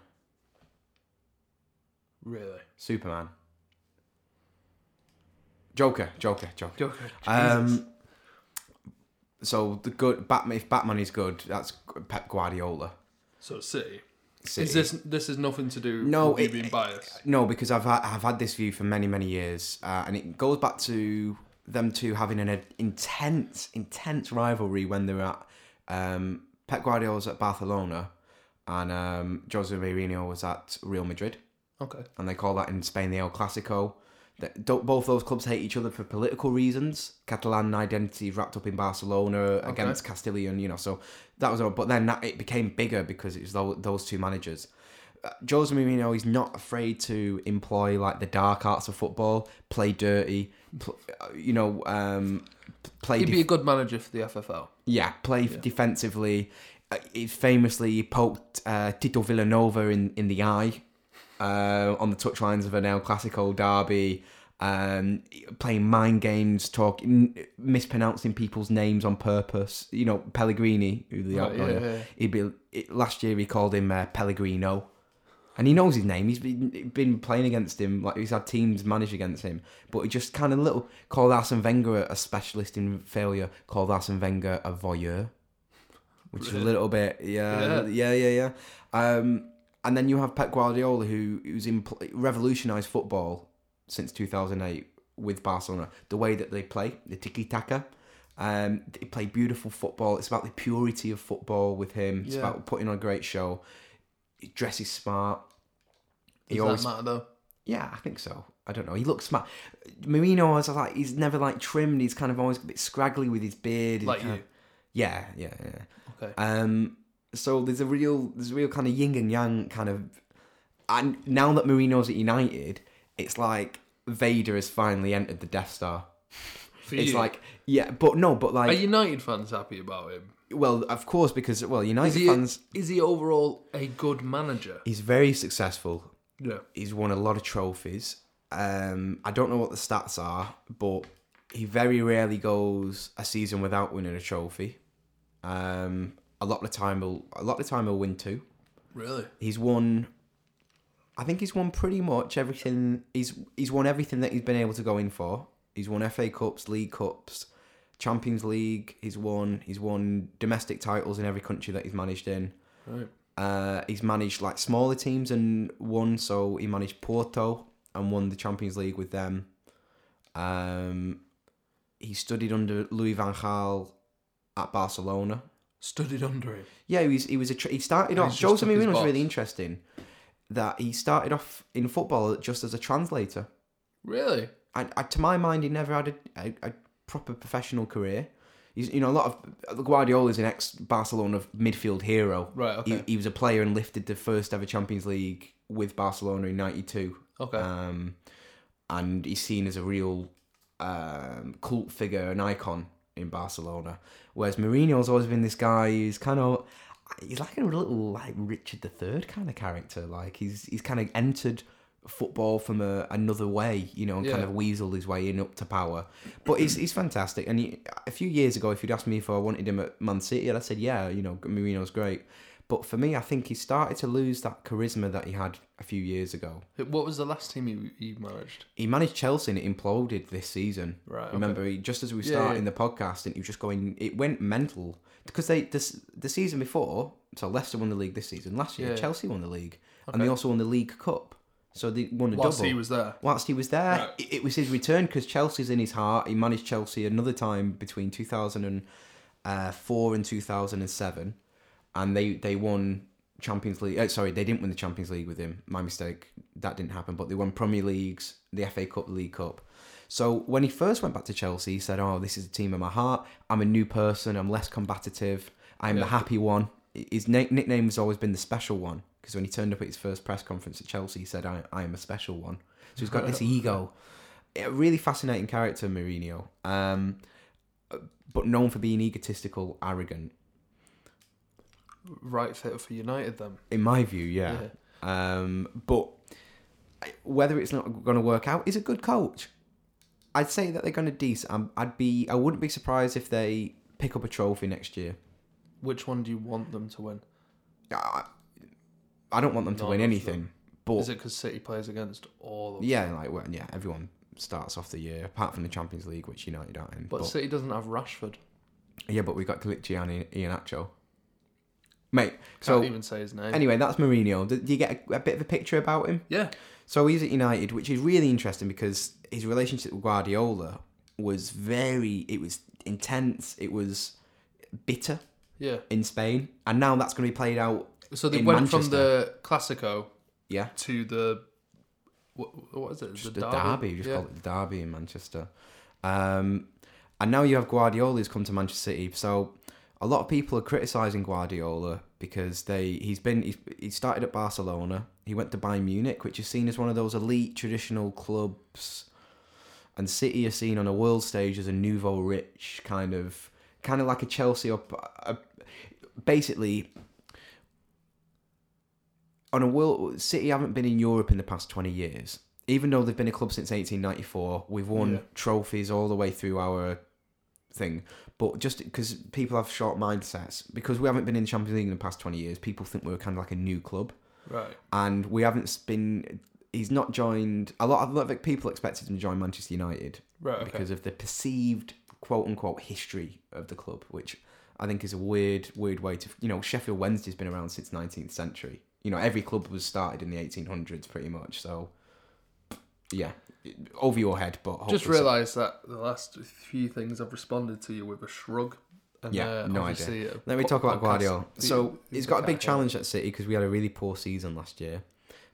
[SPEAKER 1] Really?
[SPEAKER 2] Superman. Joker, Joker, Joker.
[SPEAKER 1] Joker. Jesus.
[SPEAKER 2] Um, so the good Batman. If Batman is good, that's Pep Guardiola.
[SPEAKER 1] so City.
[SPEAKER 2] City.
[SPEAKER 1] Is this this is nothing to do
[SPEAKER 2] No,
[SPEAKER 1] with you
[SPEAKER 2] it-
[SPEAKER 1] being biased?
[SPEAKER 2] No, because I've had, I've had this view for many many years, uh, and it goes back to them two having an intense intense rivalry when they were at um, Pep Guardiola's at Barcelona, and um, Jose Mourinho was at Real Madrid,
[SPEAKER 1] Okay.
[SPEAKER 2] and they call that in Spain the El Clasico. That don't- Both those clubs hate each other for political reasons. Catalan identity wrapped up in Barcelona against Castilian, you know. So that was all. But then that, it became bigger because it was tho- those two managers. Uh, Jose Mourinho is not afraid to employ like the dark arts of football, play dirty, pl- uh, you know, um, p- play
[SPEAKER 1] He'd
[SPEAKER 2] def-
[SPEAKER 1] be a good manager for the FFL.
[SPEAKER 2] yeah, play defensively. Uh, he famously poked uh, Tito Villanova in, in the eye uh, on the touchlines of an El Clasico derby. Um, playing mind games, talking, mispronouncing people's names on purpose. You know, Pellegrini, who the
[SPEAKER 1] Right, yeah,
[SPEAKER 2] outlier,
[SPEAKER 1] yeah.
[SPEAKER 2] he'd be it, last year he called him uh, Pellegrino, and he knows his name. He's been been playing against him, like he's had teams manage against him. But he just kind of little called Arsene Wenger a specialist in failure, called Arsene Wenger a voyeur, which is a
[SPEAKER 1] Really?
[SPEAKER 2] little bit yeah yeah yeah yeah. Um, and then you have Pep Guardiola, who who's impl- revolutionised football since two thousand eight with Barcelona. The way that they play, the tiki taka. Um, they play beautiful football. It's about the purity of football with him. It's
[SPEAKER 1] Yeah.
[SPEAKER 2] about putting on a great show. He dresses smart. He
[SPEAKER 1] Does
[SPEAKER 2] always,
[SPEAKER 1] that matter though?
[SPEAKER 2] yeah, I think so. I don't know. He looks smart. Marino is like he's never like trimmed. He's kind of always a bit scraggly with his beard. He's
[SPEAKER 1] Like
[SPEAKER 2] kind
[SPEAKER 1] you.
[SPEAKER 2] of- yeah, yeah, yeah.
[SPEAKER 1] Okay.
[SPEAKER 2] Um, so there's a real, there's a real kind of yin and yang kind of, and now that Marino's at United, it's like Vader has finally entered the Death Star.
[SPEAKER 1] For
[SPEAKER 2] It's
[SPEAKER 1] you.
[SPEAKER 2] like yeah, but no, but
[SPEAKER 1] Are
[SPEAKER 2] like
[SPEAKER 1] United fans happy about him?
[SPEAKER 2] well, of course, because well,
[SPEAKER 1] Is
[SPEAKER 2] United
[SPEAKER 1] he,
[SPEAKER 2] fans.
[SPEAKER 1] is he overall a good manager?
[SPEAKER 2] He's very successful.
[SPEAKER 1] Yeah.
[SPEAKER 2] He's won a lot of trophies. Um, I don't know what the stats are, but he very rarely goes a season without winning a trophy. Um, a lot of the time, he'll a lot of the time he'll win two.
[SPEAKER 1] Really?
[SPEAKER 2] He's won. I think he's won pretty much everything. He's he's won everything that he's been able to go in for. He's won FA Cups, League Cups, Champions League. He's won. He's won domestic titles in every country that he's managed in.
[SPEAKER 1] Right.
[SPEAKER 2] Uh, he's managed like smaller teams and won. So he managed Porto and won the Champions League with them. Um, he studied under Louis Van Gaal at Barcelona.
[SPEAKER 1] Studied under him.
[SPEAKER 2] Yeah, he was, he was a tra- he started
[SPEAKER 1] And
[SPEAKER 2] off.
[SPEAKER 1] he's just
[SPEAKER 2] Jose
[SPEAKER 1] took his
[SPEAKER 2] Mourinho was
[SPEAKER 1] box.
[SPEAKER 2] really interesting. That he started off in football just as a translator.
[SPEAKER 1] Really?
[SPEAKER 2] I, I to my mind, he never had a, a, a proper professional career. He's, you know, a lot of Guardiola's an ex Barcelona midfield hero.
[SPEAKER 1] Right, okay.
[SPEAKER 2] He, he was a player and lifted the first ever Champions League with Barcelona in '92.
[SPEAKER 1] Okay.
[SPEAKER 2] Um, and he's seen as a real um, cult figure, an icon in Barcelona. Whereas Mourinho's always been this guy who's kind of he's like a little like Richard III kind of character. Like he's he's kind of entered football from a, another way, you know, and kind
[SPEAKER 1] Yeah.
[SPEAKER 2] of weaseled his way in up to power. But he's he's fantastic. And he, a few years ago, if you'd asked me if I wanted him at Man City, I'd have said yeah, you know, Mourinho's great. But for me, I think he started to lose that charisma that he had a few years ago.
[SPEAKER 1] What was the last team he, he managed?
[SPEAKER 2] He managed Chelsea and it imploded this season.
[SPEAKER 1] Right, okay.
[SPEAKER 2] Remember, he, just as we were
[SPEAKER 1] Yeah,
[SPEAKER 2] starting
[SPEAKER 1] yeah.
[SPEAKER 2] the podcast, and he was just going, it went mental. Because they this the season before, so Leicester won the league this season. Last year,
[SPEAKER 1] Yeah.
[SPEAKER 2] Chelsea won the league. And they also won the League Cup. So they won a
[SPEAKER 1] Whilst
[SPEAKER 2] double.
[SPEAKER 1] he was there.
[SPEAKER 2] Whilst he was there,
[SPEAKER 1] Right.
[SPEAKER 2] it, it was his return because Chelsea's in his heart. He managed Chelsea another time between 2004 uh, and 2007, and they they won Champions League. Uh, sorry, they didn't win the Champions League with him. My mistake. That didn't happen. But they won Premier Leagues, the FA Cup, the League Cup. So when he first went back to Chelsea, he said, "Oh, this is the team of my heart. I'm a new person. I'm less combative. I'm the
[SPEAKER 1] Yeah.
[SPEAKER 2] happy one." His na- nickname has always been the special one because when he turned up at his first press conference at Chelsea, he said, "I, I am a special one." So he's got this ego. A really fascinating character, Mourinho. Um, but known for being egotistical, arrogant.
[SPEAKER 1] Right fit for United then.
[SPEAKER 2] In my view, yeah. Um, but whether it's not going to work out, is a good coach. I'd say that they're going to decent. Um, I'd be. I wouldn't be surprised if they pick up a trophy next year.
[SPEAKER 1] Which one do you want them to win?
[SPEAKER 2] I, I don't want them to
[SPEAKER 1] No,
[SPEAKER 2] win
[SPEAKER 1] not sure.
[SPEAKER 2] anything. But
[SPEAKER 1] Is it because City plays against all of them?
[SPEAKER 2] yeah, like well, yeah, everyone starts off the year apart from the Champions League, which United aren't in.
[SPEAKER 1] But,
[SPEAKER 2] but-
[SPEAKER 1] City doesn't have Rashford.
[SPEAKER 2] Yeah, but we got Kalichian Ian Acho. Mate,
[SPEAKER 1] Can't
[SPEAKER 2] so
[SPEAKER 1] even say his name.
[SPEAKER 2] anyway, that's Mourinho. Do do you get a, a bit of a picture about him?
[SPEAKER 1] yeah.
[SPEAKER 2] So he's at United, which is really interesting because his relationship with Guardiola was very, it was intense, it was bitter
[SPEAKER 1] Yeah.
[SPEAKER 2] in Spain, and now that's going to be played out.
[SPEAKER 1] So they
[SPEAKER 2] in
[SPEAKER 1] went from the Classico
[SPEAKER 2] Yeah,
[SPEAKER 1] to the what, what is it?
[SPEAKER 2] just
[SPEAKER 1] the
[SPEAKER 2] the
[SPEAKER 1] Derby.
[SPEAKER 2] derby. You just
[SPEAKER 1] yeah.
[SPEAKER 2] call it the derby in Manchester. Um, and now you have Guardiola who's come to Manchester City. So a lot of people are criticising Guardiola because they he's been he's, he started at Barcelona. He went to Bayern Munich, which is seen as one of those elite traditional clubs, and City are seen on a world stage as a nouveau rich kind of kind of like a Chelsea or a, basically. On a world, City haven't been in Europe in the past twenty years. Even though they've been a club since eighteen ninety four, we've won
[SPEAKER 1] Yeah.
[SPEAKER 2] trophies all the way through our thing. But just because people have short mindsets, because we haven't been in the Champions League in the past 20 years, people think we're kind of like a new club.
[SPEAKER 1] Right.
[SPEAKER 2] And we haven't been. He's not joined. A lot of, a lot of people expected him to join Manchester United
[SPEAKER 1] Right. Okay.
[SPEAKER 2] because of the perceived quote unquote history of the club, which I think is a weird, weird way to. You know, Sheffield Wednesday's been around since 19th century. You know, every club was started in the 1800s pretty much. So, yeah, over your head, but hopefully
[SPEAKER 1] just realised that the last few things I've responded to you with a shrug. And,
[SPEAKER 2] Yeah,
[SPEAKER 1] uh,
[SPEAKER 2] no
[SPEAKER 1] obviously a
[SPEAKER 2] Let me
[SPEAKER 1] po-
[SPEAKER 2] talk about
[SPEAKER 1] podcast-
[SPEAKER 2] Guardiola. So
[SPEAKER 1] the-
[SPEAKER 2] he's got a
[SPEAKER 1] the
[SPEAKER 2] big
[SPEAKER 1] kind of-
[SPEAKER 2] challenge at City because we had a really poor season last year.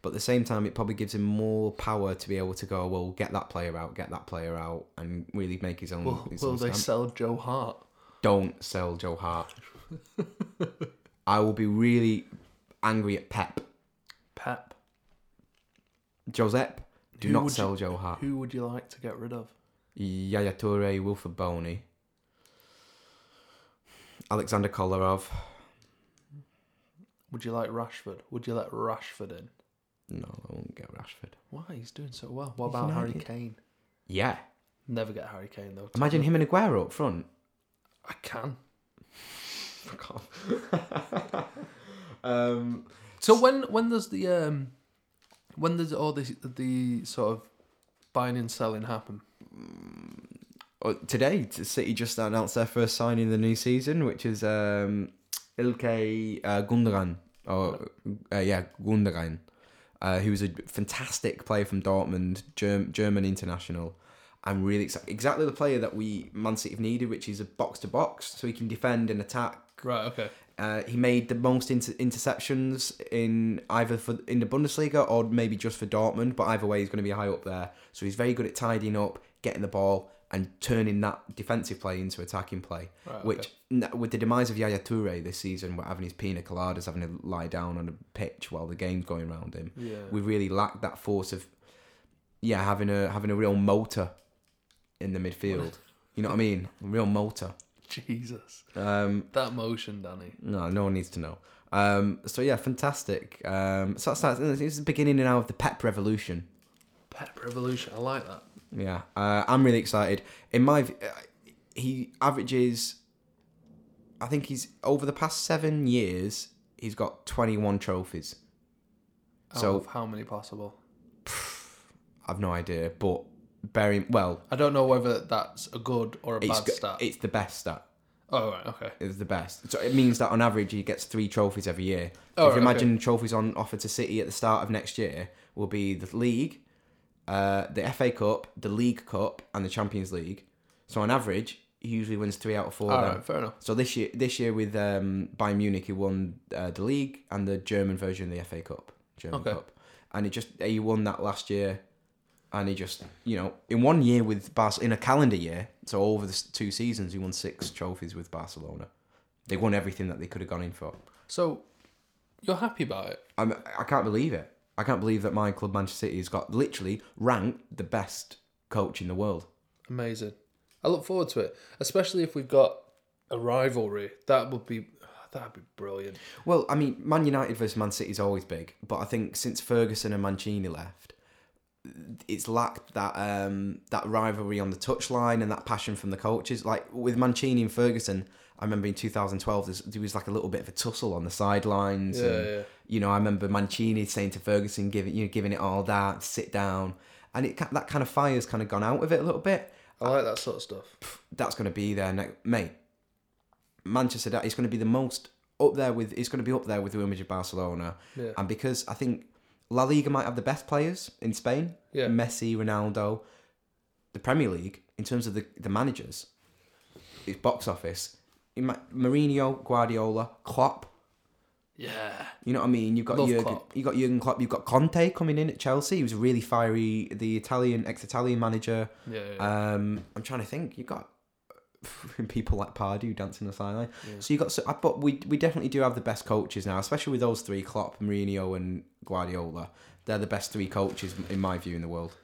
[SPEAKER 2] But at the same time, it probably gives him more power to be able to go, well, get that player out, get that player out, and really make his own.
[SPEAKER 1] Will,
[SPEAKER 2] his
[SPEAKER 1] will
[SPEAKER 2] own
[SPEAKER 1] they
[SPEAKER 2] stamp.
[SPEAKER 1] sell Joe Hart?
[SPEAKER 2] Don't sell Joe Hart. I will be really angry at Pep.
[SPEAKER 1] Pep.
[SPEAKER 2] Josep, do
[SPEAKER 1] Who
[SPEAKER 2] not
[SPEAKER 1] would
[SPEAKER 2] sell Joe Hart.
[SPEAKER 1] Who would you like to get rid of?
[SPEAKER 2] Yaya Toure, Wilfred Boney, Alexander Kolarov.
[SPEAKER 1] Would you like Rashford? Would you let Rashford in?
[SPEAKER 2] No, I won't get Rashford.
[SPEAKER 1] Why? He's doing so well. What
[SPEAKER 2] He's
[SPEAKER 1] about Harry
[SPEAKER 2] United.
[SPEAKER 1] Kane?
[SPEAKER 2] Yeah.
[SPEAKER 1] Never get Harry Kane though.
[SPEAKER 2] Imagine him and Aguero up front.
[SPEAKER 1] I can.
[SPEAKER 2] um,
[SPEAKER 1] So when when there's the um when there's all this the sort of buying and selling happen?
[SPEAKER 2] oh, today, t- City just announced their first signing of the new season, which is um, Ilkay uh, Gundogan. Or uh, yeah, Gundogan, uh, who was a fantastic player from Dortmund, Germ- German international. I'm really excited. Exactly the player that we Man City have needed, which is a box to box, so he can defend and attack
[SPEAKER 1] Right. Okay.
[SPEAKER 2] Uh, he made the most inter- interceptions in either for in the Bundesliga or maybe just for Dortmund. But either way, he's going to be high up there. So he's very good at tidying up, getting the ball, and turning that defensive play into attacking play.
[SPEAKER 1] Right, okay.
[SPEAKER 2] Which, n- with the demise of Yaya Toure this season, we're having his pina coladas, having to lie down on a pitch while the game's going round him.
[SPEAKER 1] Yeah.
[SPEAKER 2] We really lack that force of, yeah, having a having a real motor in the midfield. you know what I mean? A real motor.
[SPEAKER 1] Jesus.
[SPEAKER 2] Um,
[SPEAKER 1] That motion, Danny.
[SPEAKER 2] no, no one needs to know. Um, so yeah, fantastic. Um, so that's, that's it's the beginning now of the Pep revolution.
[SPEAKER 1] Pep revolution. I like that.
[SPEAKER 2] Yeah, uh, I'm really excited. In my, v- uh, he averages. I think he's over the past seven years. he's got 21 trophies.
[SPEAKER 1] Out
[SPEAKER 2] So-
[SPEAKER 1] of how many possible?
[SPEAKER 2] I've no idea, but very well.
[SPEAKER 1] I don't know whether that's a good or a
[SPEAKER 2] It's
[SPEAKER 1] bad
[SPEAKER 2] go-
[SPEAKER 1] stat.
[SPEAKER 2] it's the best stat.
[SPEAKER 1] oh right, okay.
[SPEAKER 2] It's the best. So it means that on average he gets three trophies every year. So
[SPEAKER 1] Oh,
[SPEAKER 2] if you
[SPEAKER 1] right,
[SPEAKER 2] imagine trophies on offer to City at the start of next year will be the league, uh, the FA Cup, the League Cup, and the Champions League. So on average, he usually wins three out of four.
[SPEAKER 1] All
[SPEAKER 2] of them.
[SPEAKER 1] right, fair enough.
[SPEAKER 2] So this year, this year with um, Bayern Munich, he won uh, the league and the German version of the FA Cup, German
[SPEAKER 1] Okay.
[SPEAKER 2] Cup, and he just he won that last year, and he just you know in one year with Barcelona in a calendar year, so over the s- two seasons, he won six trophies with Barcelona. They won everything that they could have gone in for.
[SPEAKER 1] So you're happy about it?
[SPEAKER 2] I'm, I can't believe it. I can't believe that my club Manchester City has got literally ranked the best coach in the world.
[SPEAKER 1] Amazing. I look forward to it, especially if we've got a rivalry. That would be that'd be brilliant.
[SPEAKER 2] Well, I mean, Man United versus Man City is always big, but I think since Ferguson and Mancini left, it's lacked that um, that rivalry on the touchline and that passion from the coaches. Like with Mancini and Ferguson, I remember in 2012 there's- there was like a little bit of a tussle on the sidelines.
[SPEAKER 1] Yeah,
[SPEAKER 2] and,
[SPEAKER 1] yeah.
[SPEAKER 2] You know, I remember Mancini saying to Ferguson, "Giving you know, giving it all that, sit down," and it ca- that kind of fire's kind of gone out of it a little bit
[SPEAKER 1] I like that sort of stuff.
[SPEAKER 2] that's going to be there next mate manchester that is going to be the most up there with it's going to be up there with the image of barcelona
[SPEAKER 1] Yeah.
[SPEAKER 2] and because i think la liga might have the best players in spain
[SPEAKER 1] Yeah.
[SPEAKER 2] messi ronaldo the premier league in terms of the, the managers it's box office You might- Mourinho, Guardiola, Klopp.
[SPEAKER 1] Yeah.
[SPEAKER 2] You know what I mean? You've got
[SPEAKER 1] Love
[SPEAKER 2] Jurgen,
[SPEAKER 1] Klopp.
[SPEAKER 2] you got Jurgen Klopp. You've got Conte coming in at Chelsea. He was really fiery. The Italian, ex-Italian manager.
[SPEAKER 1] Yeah. yeah.
[SPEAKER 2] Um, I'm trying to think. You got people like Pardew dancing the sideline. So you got. So, I- but we we definitely do have the best coaches now, especially with those three: Klopp, Mourinho, and Guardiola. They're the best three coaches in my view in the world.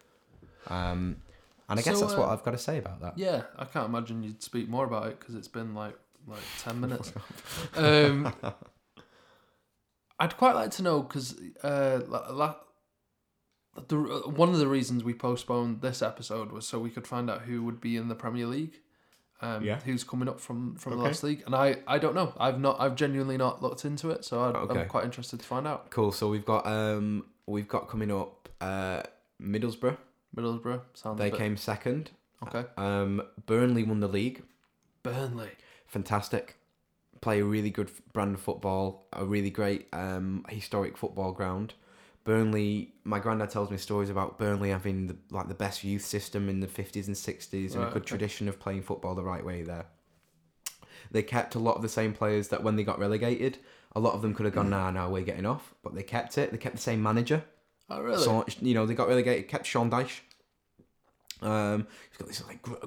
[SPEAKER 2] Um, and I guess
[SPEAKER 1] So,
[SPEAKER 2] that's what
[SPEAKER 1] uh,
[SPEAKER 2] I've got to say about that.
[SPEAKER 1] yeah, I can't imagine you'd speak more about it because it's been like like ten minutes. um, I'd quite like to know because uh, la, la, the uh, one of the reasons we postponed this episode was so we could find out who would be in the Premier League. Um,
[SPEAKER 2] Yeah.
[SPEAKER 1] who's coming up from from the
[SPEAKER 2] Okay.
[SPEAKER 1] last league? And I I don't know. I've not I've genuinely not looked into it, so I'd,
[SPEAKER 2] Okay.
[SPEAKER 1] I'm quite interested to find out.
[SPEAKER 2] Cool. So we've got um we've got coming up uh Middlesbrough.
[SPEAKER 1] Middlesbrough sounds
[SPEAKER 2] They
[SPEAKER 1] a bit-
[SPEAKER 2] came second.
[SPEAKER 1] okay.
[SPEAKER 2] Um, Burnley won the league.
[SPEAKER 1] Burnley.
[SPEAKER 2] fantastic. Play a really good f- brand of football, a really great um, historic football ground. Burnley, my granddad tells me stories about Burnley having the, like the best youth system in the 50s and 60s and a
[SPEAKER 1] Right,
[SPEAKER 2] good
[SPEAKER 1] okay.
[SPEAKER 2] tradition of playing football the right way there. They kept a lot of the same players that when they got relegated, a lot of them could have
[SPEAKER 1] Mm.
[SPEAKER 2] gone, nah, nah, we're getting off. But they kept it. They kept the same manager.
[SPEAKER 1] Oh really?
[SPEAKER 2] So you know they got relegated. Kept Sean Dyche. Um, he's got this like gr-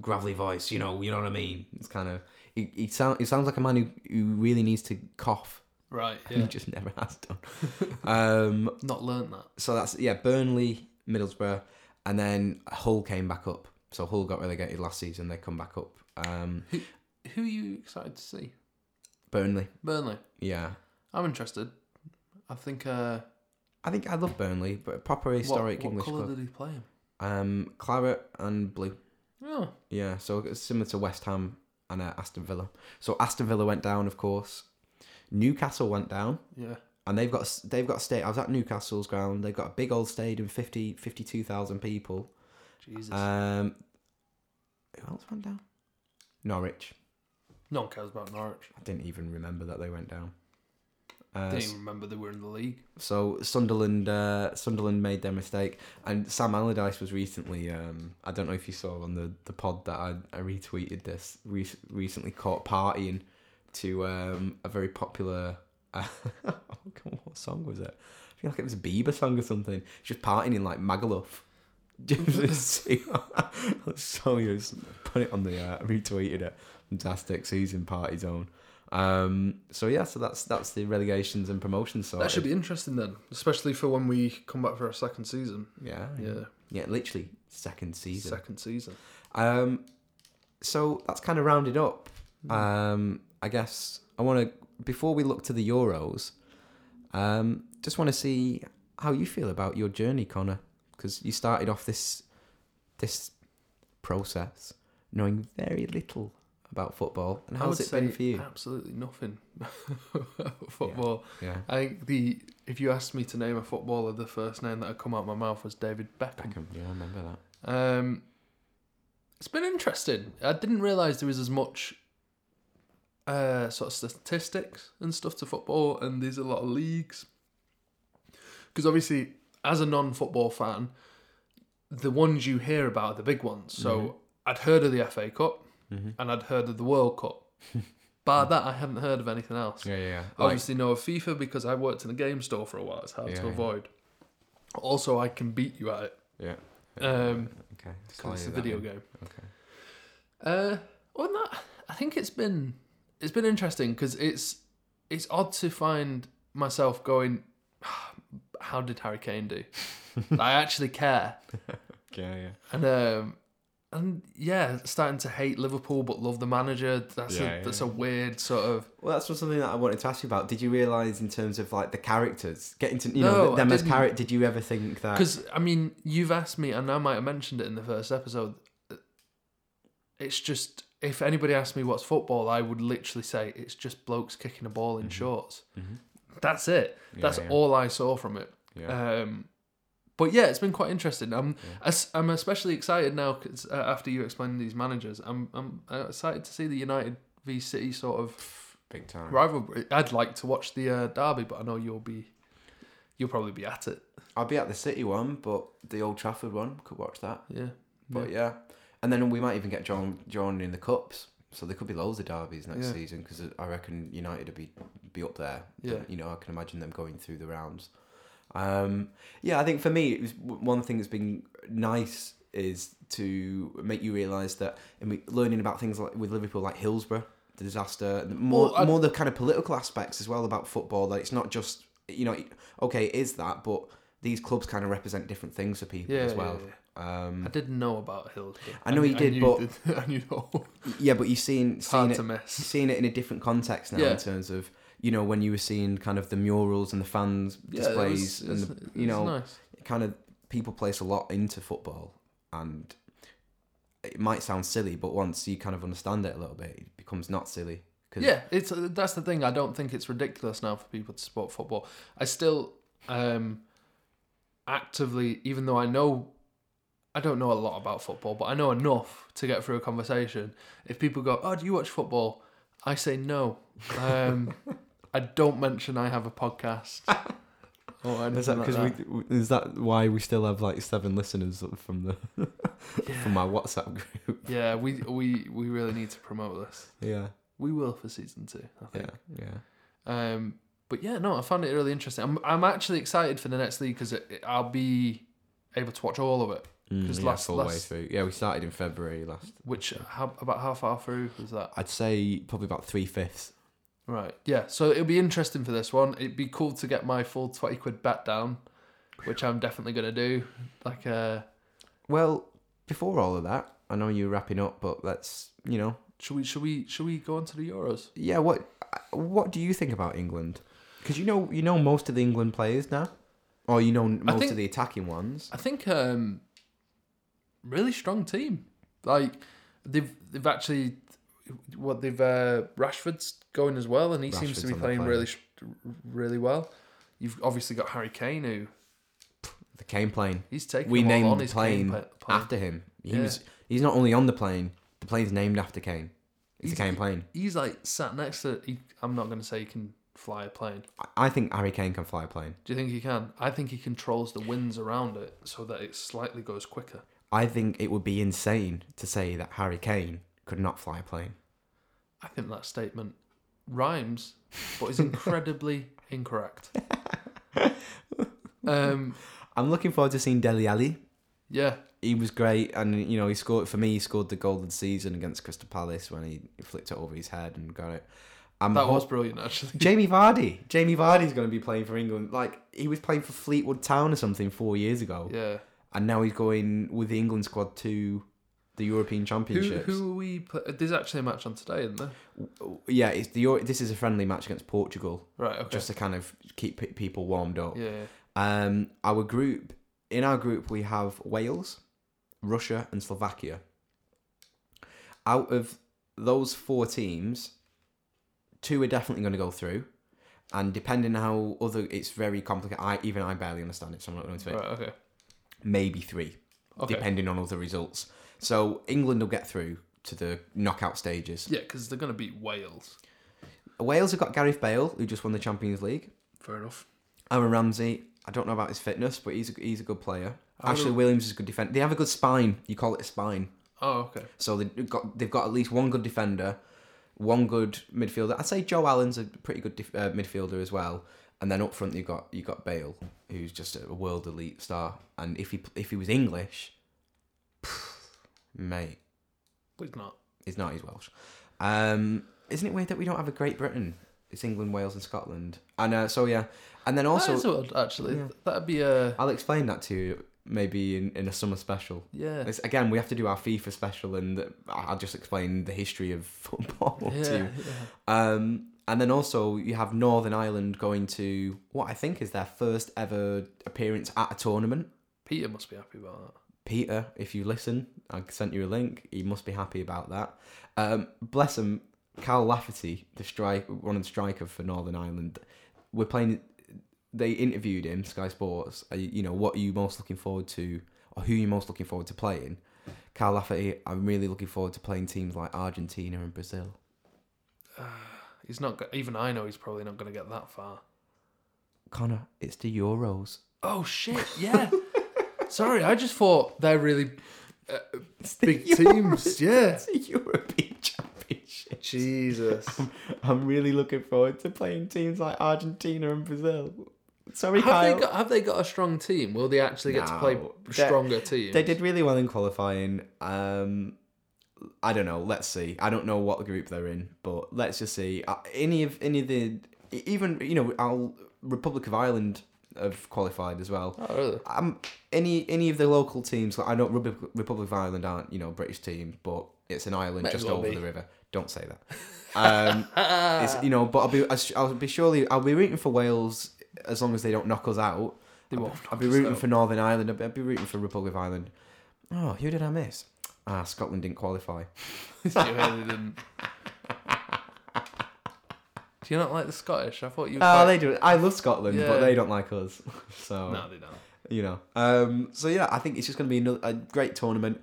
[SPEAKER 2] gravelly voice. You know, you know what I mean. It's kind of he, he sound he sounds like a man who, who really needs to cough.
[SPEAKER 1] right.
[SPEAKER 2] He
[SPEAKER 1] Yeah.
[SPEAKER 2] just never has done. um,
[SPEAKER 1] Not learnt that.
[SPEAKER 2] so that's yeah, Burnley, Middlesbrough, and then Hull came back up. So Hull got relegated last season. They come back up. Um,
[SPEAKER 1] Who are you excited to see?
[SPEAKER 2] Burnley,
[SPEAKER 1] Burnley.
[SPEAKER 2] yeah.
[SPEAKER 1] I'm interested. I think. Uh,
[SPEAKER 2] I think I love Burnley, but a proper historic
[SPEAKER 1] what, what
[SPEAKER 2] English
[SPEAKER 1] colour
[SPEAKER 2] club.
[SPEAKER 1] did he play him?
[SPEAKER 2] Um, claret and blue.
[SPEAKER 1] Oh,
[SPEAKER 2] Yeah, so it's similar to West Ham and uh, Aston Villa. So Aston Villa went down, of course. Newcastle went down,
[SPEAKER 1] yeah.
[SPEAKER 2] and they've got they've got a state. I was at Newcastle's ground. They've got a big old stadium, 50, 52,000 people.
[SPEAKER 1] Jesus.
[SPEAKER 2] Um, who else went down? Norwich.
[SPEAKER 1] no one cares about Norwich.
[SPEAKER 2] I didn't even remember that they went down.
[SPEAKER 1] I
[SPEAKER 2] Uh,
[SPEAKER 1] didn't even remember they were in the league.
[SPEAKER 2] So Sunderland, uh, Sunderland made their mistake, and Sam Allardyce was recently. Um, I don't know if you saw on the, the pod that I, I retweeted this. Re- recently caught partying to um, a very popular. oh God, what song was it? I feel like it was a Bieber song or something. Just partying in like Magaluf. Just see- I'll show you. Just Put it on the uh, retweeted it. Fantastic season party zone. Um, so yeah, so that's that's the relegations and promotions. So
[SPEAKER 1] That should be interesting then, especially for when we come back for our second season.
[SPEAKER 2] Oh, Yeah,
[SPEAKER 1] Yeah,
[SPEAKER 2] yeah, literally second season.
[SPEAKER 1] second season.
[SPEAKER 2] Um, so that's kind of rounded up. Um, I guess I want to before we look to the Euros. Um, just want to see how you feel about your journey, Connor, because you started off this this process knowing very little about football, and
[SPEAKER 1] I
[SPEAKER 2] how's
[SPEAKER 1] would
[SPEAKER 2] it been
[SPEAKER 1] say
[SPEAKER 2] for you?
[SPEAKER 1] Absolutely nothing. Football.
[SPEAKER 2] Yeah,
[SPEAKER 1] I think the if you asked me to name a footballer, the first name that had come out my mouth was David Beckham.
[SPEAKER 2] Beckham. Yeah, I remember that.
[SPEAKER 1] Um, it's been interesting. I didn't realise there was as much uh, sort of statistics and stuff to football, and there's a lot of leagues. Because obviously, as a non-football fan, the ones you hear about are the big ones. So I'd
[SPEAKER 2] Mm-hmm.
[SPEAKER 1] heard of the FA Cup and I'd heard of the World Cup. Bar that, I hadn't heard of anything else.
[SPEAKER 2] Yeah, yeah. yeah.
[SPEAKER 1] I
[SPEAKER 2] Like,
[SPEAKER 1] obviously know of FIFA because I worked in a game store for a while. It's hard
[SPEAKER 2] Yeah,
[SPEAKER 1] to
[SPEAKER 2] yeah.
[SPEAKER 1] avoid. Also, I can beat you at it.
[SPEAKER 2] yeah.
[SPEAKER 1] Um,
[SPEAKER 2] Okay.
[SPEAKER 1] because it's a
[SPEAKER 2] Slightly
[SPEAKER 1] video
[SPEAKER 2] that
[SPEAKER 1] game.
[SPEAKER 2] Okay.
[SPEAKER 1] Uh, on that, I think it's been it's been interesting because it's it's odd to find myself going, how did Harry Kane do? I actually care,
[SPEAKER 2] in. Yeah, yeah.
[SPEAKER 1] and um, and yeah, starting to hate Liverpool but love the manager. That's
[SPEAKER 2] Yeah,
[SPEAKER 1] a
[SPEAKER 2] yeah.
[SPEAKER 1] that's a weird sort of.
[SPEAKER 2] Well, that's something that I wanted to ask you about. Did you realise, in terms of like the characters, getting to you
[SPEAKER 1] No,
[SPEAKER 2] know
[SPEAKER 1] I
[SPEAKER 2] th- them as
[SPEAKER 1] didn't.
[SPEAKER 2] character, did you ever think that?
[SPEAKER 1] Because I mean, you've asked me, and I might have mentioned it in the first episode. It's just if anybody asked me what's football, I would literally say it's just blokes kicking a ball in shorts. That's it. That's
[SPEAKER 2] Mm-hmm. yeah.
[SPEAKER 1] all I saw from it.
[SPEAKER 2] Yeah.
[SPEAKER 1] Um, but yeah, it's been quite interesting. I'm as- I'm especially excited now 'cause, uh, after you explained these managers, I'm I'm uh, excited to see the United v City sort of
[SPEAKER 2] big time.
[SPEAKER 1] rivalry. I'd like to watch the uh, derby, but I know you'll be you'll probably be at it.
[SPEAKER 2] I'll be at the City one, but the Old Trafford one could watch that.
[SPEAKER 1] Yeah.
[SPEAKER 2] But yeah, and then we might even get John John in the cups, so there could be loads of derbies next
[SPEAKER 1] Yeah.
[SPEAKER 2] season 'cause season because I reckon United will be be up there.
[SPEAKER 1] Yeah.
[SPEAKER 2] you know I can imagine them going through the rounds. Um, yeah, I think for me, it was w- one thing that's been nice is to make you realise that, and we learning about things like with Liverpool, like Hillsborough, the disaster, and more
[SPEAKER 1] Well, I-
[SPEAKER 2] more the kind of political aspects as well about football. That it's not just you know, okay, it is that, but these clubs kind of represent different things for people
[SPEAKER 1] Yeah,
[SPEAKER 2] as
[SPEAKER 1] yeah,
[SPEAKER 2] well.
[SPEAKER 1] yeah.
[SPEAKER 2] Um,
[SPEAKER 1] I didn't know about Hillsborough.
[SPEAKER 2] I know you did,
[SPEAKER 1] knew
[SPEAKER 2] but-
[SPEAKER 1] the- I knew the whole
[SPEAKER 2] Yeah, but you've seen seen
[SPEAKER 1] hard
[SPEAKER 2] it,
[SPEAKER 1] to
[SPEAKER 2] you've
[SPEAKER 1] miss.
[SPEAKER 2] seen it in a different context now
[SPEAKER 1] Yeah.
[SPEAKER 2] in terms of you know when you were seeing kind of the murals and the fans
[SPEAKER 1] Yeah, it
[SPEAKER 2] displays
[SPEAKER 1] was- it was-
[SPEAKER 2] and
[SPEAKER 1] it
[SPEAKER 2] the, you
[SPEAKER 1] was
[SPEAKER 2] know
[SPEAKER 1] nice.
[SPEAKER 2] kind of people place a lot into football and it might sound silly but once you kind of understand it a little bit it becomes not silly because
[SPEAKER 1] Yeah, it's uh, that's the thing. I don't think it's ridiculous now for people to support football. I still um, actively, even though I know I don't know a lot about football, but I know enough to get through a conversation. If people go, "Oh, do you watch football?" I say no. Um, I don't mention I have a podcast. Or anything
[SPEAKER 2] is that
[SPEAKER 1] like
[SPEAKER 2] because
[SPEAKER 1] that.
[SPEAKER 2] we is that why we still have like seven listeners from the
[SPEAKER 1] Yeah.
[SPEAKER 2] from my WhatsApp group?
[SPEAKER 1] Yeah, we we we really need to promote this.
[SPEAKER 2] Yeah,
[SPEAKER 1] We will for season two, I
[SPEAKER 2] yeah,
[SPEAKER 1] think.
[SPEAKER 2] yeah.
[SPEAKER 1] Um, but yeah, no, I found it really interesting. I'm I'm actually excited for the next league because I'll be able to watch all of it. Because
[SPEAKER 2] Mm, yeah,
[SPEAKER 1] last
[SPEAKER 2] full way
[SPEAKER 1] last
[SPEAKER 2] through. Yeah, we started in February last.
[SPEAKER 1] which how, about how far through was that?
[SPEAKER 2] I'd say probably about three fifths.
[SPEAKER 1] Right. Yeah. So it'll be interesting for this one. It'd be cool to get my full twenty quid bet down, which I'm definitely gonna do. Like uh,
[SPEAKER 2] Well, before all of that, I know you're wrapping up, but let's, you know,
[SPEAKER 1] should we should we should we go on to the Euros?
[SPEAKER 2] yeah. What what do you think about England? Because you know, you know most of the England players now, or you know most
[SPEAKER 1] think-
[SPEAKER 2] of the attacking ones.
[SPEAKER 1] I think um, really strong team. Like they've they've actually what they've uh, Rashford's going as well, and he seems
[SPEAKER 2] Rashford's
[SPEAKER 1] to be
[SPEAKER 2] on the
[SPEAKER 1] playing
[SPEAKER 2] plane.
[SPEAKER 1] really sh- really well. You've obviously got Harry Kane who
[SPEAKER 2] The Kane plane.
[SPEAKER 1] he's taking
[SPEAKER 2] We
[SPEAKER 1] them all on
[SPEAKER 2] named the
[SPEAKER 1] his game
[SPEAKER 2] plane,
[SPEAKER 1] pla- plan.
[SPEAKER 2] after him. He
[SPEAKER 1] Yeah.
[SPEAKER 2] was. He's not only on the plane. The plane's named after Kane. It's a Kane plane.
[SPEAKER 1] He's like sat next to. He, I'm not going to say he can fly a plane.
[SPEAKER 2] I- I think Harry Kane can fly a plane.
[SPEAKER 1] Do you think he can? I think he controls the winds around it so that it slightly goes quicker.
[SPEAKER 2] I think it would be insane to say that Harry Kane could not fly a plane.
[SPEAKER 1] I think that statement rhymes, but is incredibly incorrect. Um,
[SPEAKER 2] I'm looking forward to seeing Deli Ali
[SPEAKER 1] yeah,
[SPEAKER 2] he was great, and you know he scored for me. He scored the goal of the season against Crystal Palace when he flicked it over his head and got it. I'm
[SPEAKER 1] that
[SPEAKER 2] ho-
[SPEAKER 1] was brilliant actually.
[SPEAKER 2] Jamie Vardy. Jamie Vardy's going to be playing for England. Like he was playing for Fleetwood Town or something four years ago,
[SPEAKER 1] Yeah.
[SPEAKER 2] and now he's going with the England squad to the European
[SPEAKER 1] Who
[SPEAKER 2] Championships.
[SPEAKER 1] who are we? Play- There's actually a match on today, isn't there?
[SPEAKER 2] Yeah, it's the Euro- this is a friendly match against Portugal,
[SPEAKER 1] Right. Okay.
[SPEAKER 2] just to kind of keep pe- people warmed up.
[SPEAKER 1] yeah. yeah.
[SPEAKER 2] Um, our group in our group we have Wales, Russia, and Slovakia. Out of those four teams, two are definitely going to go through, and depending how other, it's very complicated. I even I barely understand it, so I'm not going to.
[SPEAKER 1] Right. Okay.
[SPEAKER 2] Maybe three,
[SPEAKER 1] Okay.
[SPEAKER 2] depending on other results. So England will get through to the knockout stages.
[SPEAKER 1] Yeah, because they're gonna beat Wales.
[SPEAKER 2] Wales have got Gareth Bale, who just won the Champions League.
[SPEAKER 1] Fair enough.
[SPEAKER 2] Aaron Ramsey. I don't know about his fitness, but he's a, he's a good player.
[SPEAKER 1] Aaron-
[SPEAKER 2] Ashley Williams is a good defender. They have a good spine. You call it a spine.
[SPEAKER 1] Oh, okay.
[SPEAKER 2] So they've got they've got at least one good defender, one good midfielder. I'd say Joe Allen's a pretty good def- uh, midfielder as well. And then up front you got you got Bale, who's just a world elite star. And if he if he was English, mate,
[SPEAKER 1] But it's not.
[SPEAKER 2] he's not. He's Welsh. Um, isn't it weird that we don't have a Great Britain? It's England, Wales, and Scotland. And uh, so yeah, and then
[SPEAKER 1] Also,
[SPEAKER 2] also
[SPEAKER 1] actually,
[SPEAKER 2] Yeah.
[SPEAKER 1] that'd be a
[SPEAKER 2] I'll explain that to you maybe in, in a summer special.
[SPEAKER 1] yeah.
[SPEAKER 2] It's, again, we have to do our FIFA special, and I'll just explain the history of football
[SPEAKER 1] yeah,
[SPEAKER 2] to you.
[SPEAKER 1] yeah.
[SPEAKER 2] Um, and then also, you have Northern Ireland going to what I think is their first ever appearance at a tournament.
[SPEAKER 1] Peter must be happy about
[SPEAKER 2] Peter, if you listen, I sent you a link. He must be happy about that. Um, bless him, Carl Lafferty, the strike, one of the striker for Northern Ireland. We're playing. They interviewed him, Sky Sports. uh, You know, what are you most looking forward to, or who you most looking forward to playing? Carl Lafferty, I'm really looking forward to playing teams like Argentina and Brazil.
[SPEAKER 1] that. Uh, he's not. Go- Even I know he's probably not gonna get that far.
[SPEAKER 2] Connor, it's the Euros.
[SPEAKER 1] Oh shit! Yeah. Sorry, I just thought they're really uh, big teams. Yeah.
[SPEAKER 2] It's the European Championship.
[SPEAKER 1] Jesus.
[SPEAKER 2] I'm really looking forward to playing teams like Argentina and Brazil. Sorry,
[SPEAKER 1] Have they, got, have they got a strong team? Will they actually get to play
[SPEAKER 2] No. They're-
[SPEAKER 1] stronger teams?
[SPEAKER 2] They did really well in qualifying. Um, I don't know. Let's see. I don't know what group they're in, but let's just see. Uh, Any of any of the e, even you know, I'll, Republic of Ireland have qualified as well.
[SPEAKER 1] Oh, really?
[SPEAKER 2] Um, any any of the local teams. Like I know Republic, Republic of Ireland aren't you know British team, but it's an island
[SPEAKER 1] Might as
[SPEAKER 2] just
[SPEAKER 1] well
[SPEAKER 2] over
[SPEAKER 1] be.
[SPEAKER 2] the river. Don't say that. Um,
[SPEAKER 1] Uh,
[SPEAKER 2] it's, you know, but I'll be I sh- I'll be surely I'll be rooting for Wales as long as they don't knock us out.
[SPEAKER 1] They
[SPEAKER 2] I'll,
[SPEAKER 1] won't
[SPEAKER 2] I'll be
[SPEAKER 1] knock us
[SPEAKER 2] rooting
[SPEAKER 1] out.
[SPEAKER 2] for Northern Ireland. I'll be, I'll be rooting for Republic of Ireland. Oh, who did I miss? Ah, Scotland didn't qualify.
[SPEAKER 1] You really didn't. Do you not like the Scottish? I thought you.
[SPEAKER 2] Ah,
[SPEAKER 1] quite-
[SPEAKER 2] they do. I love Scotland,
[SPEAKER 1] Yeah.
[SPEAKER 2] but they don't like us. So
[SPEAKER 1] No, they don't.
[SPEAKER 2] you know. Um, so yeah, I think it's just going to be another, a great tournament.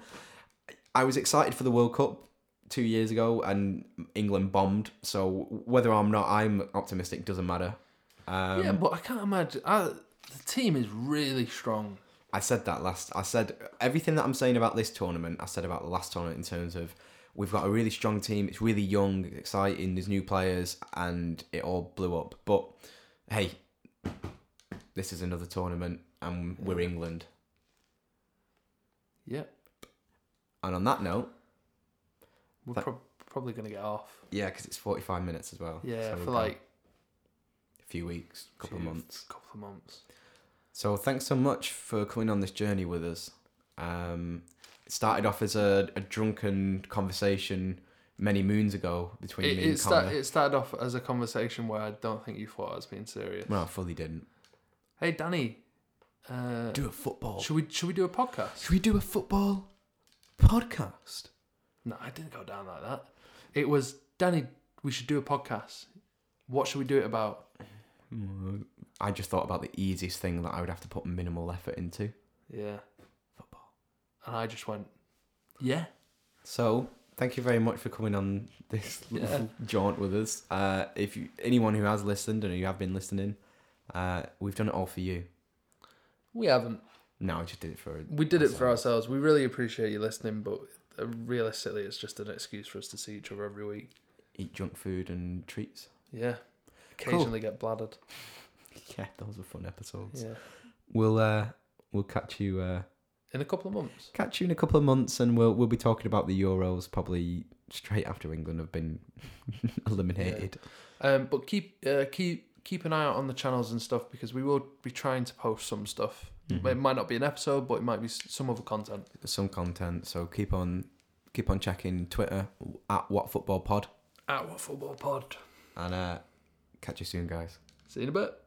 [SPEAKER 2] I was excited for the World Cup two years ago, and England bombed. So whether I'm not, I'm optimistic. Doesn't matter. Um,
[SPEAKER 1] yeah, but I can't imagine. I, the team is really strong.
[SPEAKER 2] I said that last. I said everything that I'm saying about this tournament. I said about the last tournament in terms of we've got a really strong team. It's really young, it's exciting. There's new players, and it all blew up. But hey, this is another tournament, and we're England.
[SPEAKER 1] Yeah,
[SPEAKER 2] And on that note,
[SPEAKER 1] we're
[SPEAKER 2] That-
[SPEAKER 1] prob- probably gonna get off.
[SPEAKER 2] yeah, because it's 45 minutes as well.
[SPEAKER 1] Yeah,
[SPEAKER 2] so we've
[SPEAKER 1] for
[SPEAKER 2] got
[SPEAKER 1] like
[SPEAKER 2] a few weeks, couple of
[SPEAKER 1] few-
[SPEAKER 2] months.
[SPEAKER 1] Couple of months.
[SPEAKER 2] So thanks so much for coming on this journey with us. Um, it started off as a, a drunken conversation many moons ago between
[SPEAKER 1] It,
[SPEAKER 2] me
[SPEAKER 1] it,
[SPEAKER 2] and
[SPEAKER 1] start,
[SPEAKER 2] Connor.
[SPEAKER 1] it started off as a conversation where I don't think you thought I was being serious.
[SPEAKER 2] Well, I fully didn't.
[SPEAKER 1] Hey, Danny. Uh,
[SPEAKER 2] Do a football.
[SPEAKER 1] should we should we do a podcast?
[SPEAKER 2] Should we do a football podcast?
[SPEAKER 1] No, I didn't go down like that. It was Danny. We should do a podcast. What should we do it about?
[SPEAKER 2] Mm. I just thought about the easiest thing that I would have to put minimal effort into.
[SPEAKER 1] Yeah. Football. And I just went, yeah.
[SPEAKER 2] So thank you very much for coming on this little jaunt with us. Uh, if you, anyone who has listened and you have been listening, uh, we've done it all for you.
[SPEAKER 1] We haven't.
[SPEAKER 2] No, I just did it for.
[SPEAKER 1] We did it for ourselves. We really appreciate you listening, but uh, realistically, it's just an excuse for us to see each other every week.
[SPEAKER 2] eat junk food and treats.
[SPEAKER 1] Yeah.
[SPEAKER 2] Cool.
[SPEAKER 1] Occasionally get bladdered.
[SPEAKER 2] Yeah, those were fun episodes.
[SPEAKER 1] Yeah.
[SPEAKER 2] We'll uh, we'll catch you uh,
[SPEAKER 1] In a couple of months.
[SPEAKER 2] catch you in a couple of months, and we'll we'll be talking about the Euros probably straight after England have been eliminated.
[SPEAKER 1] Um, but keep uh, keep keep an eye out on the channels and stuff because we will be trying to post some stuff.
[SPEAKER 2] Mhm.
[SPEAKER 1] It might not be an episode, but it might be s- some other content.
[SPEAKER 2] Some content, so keep on keep on checking Twitter at What Football Pod,
[SPEAKER 1] At What Football Pod.
[SPEAKER 2] and uh, catch you soon, guys.
[SPEAKER 1] See you in a bit.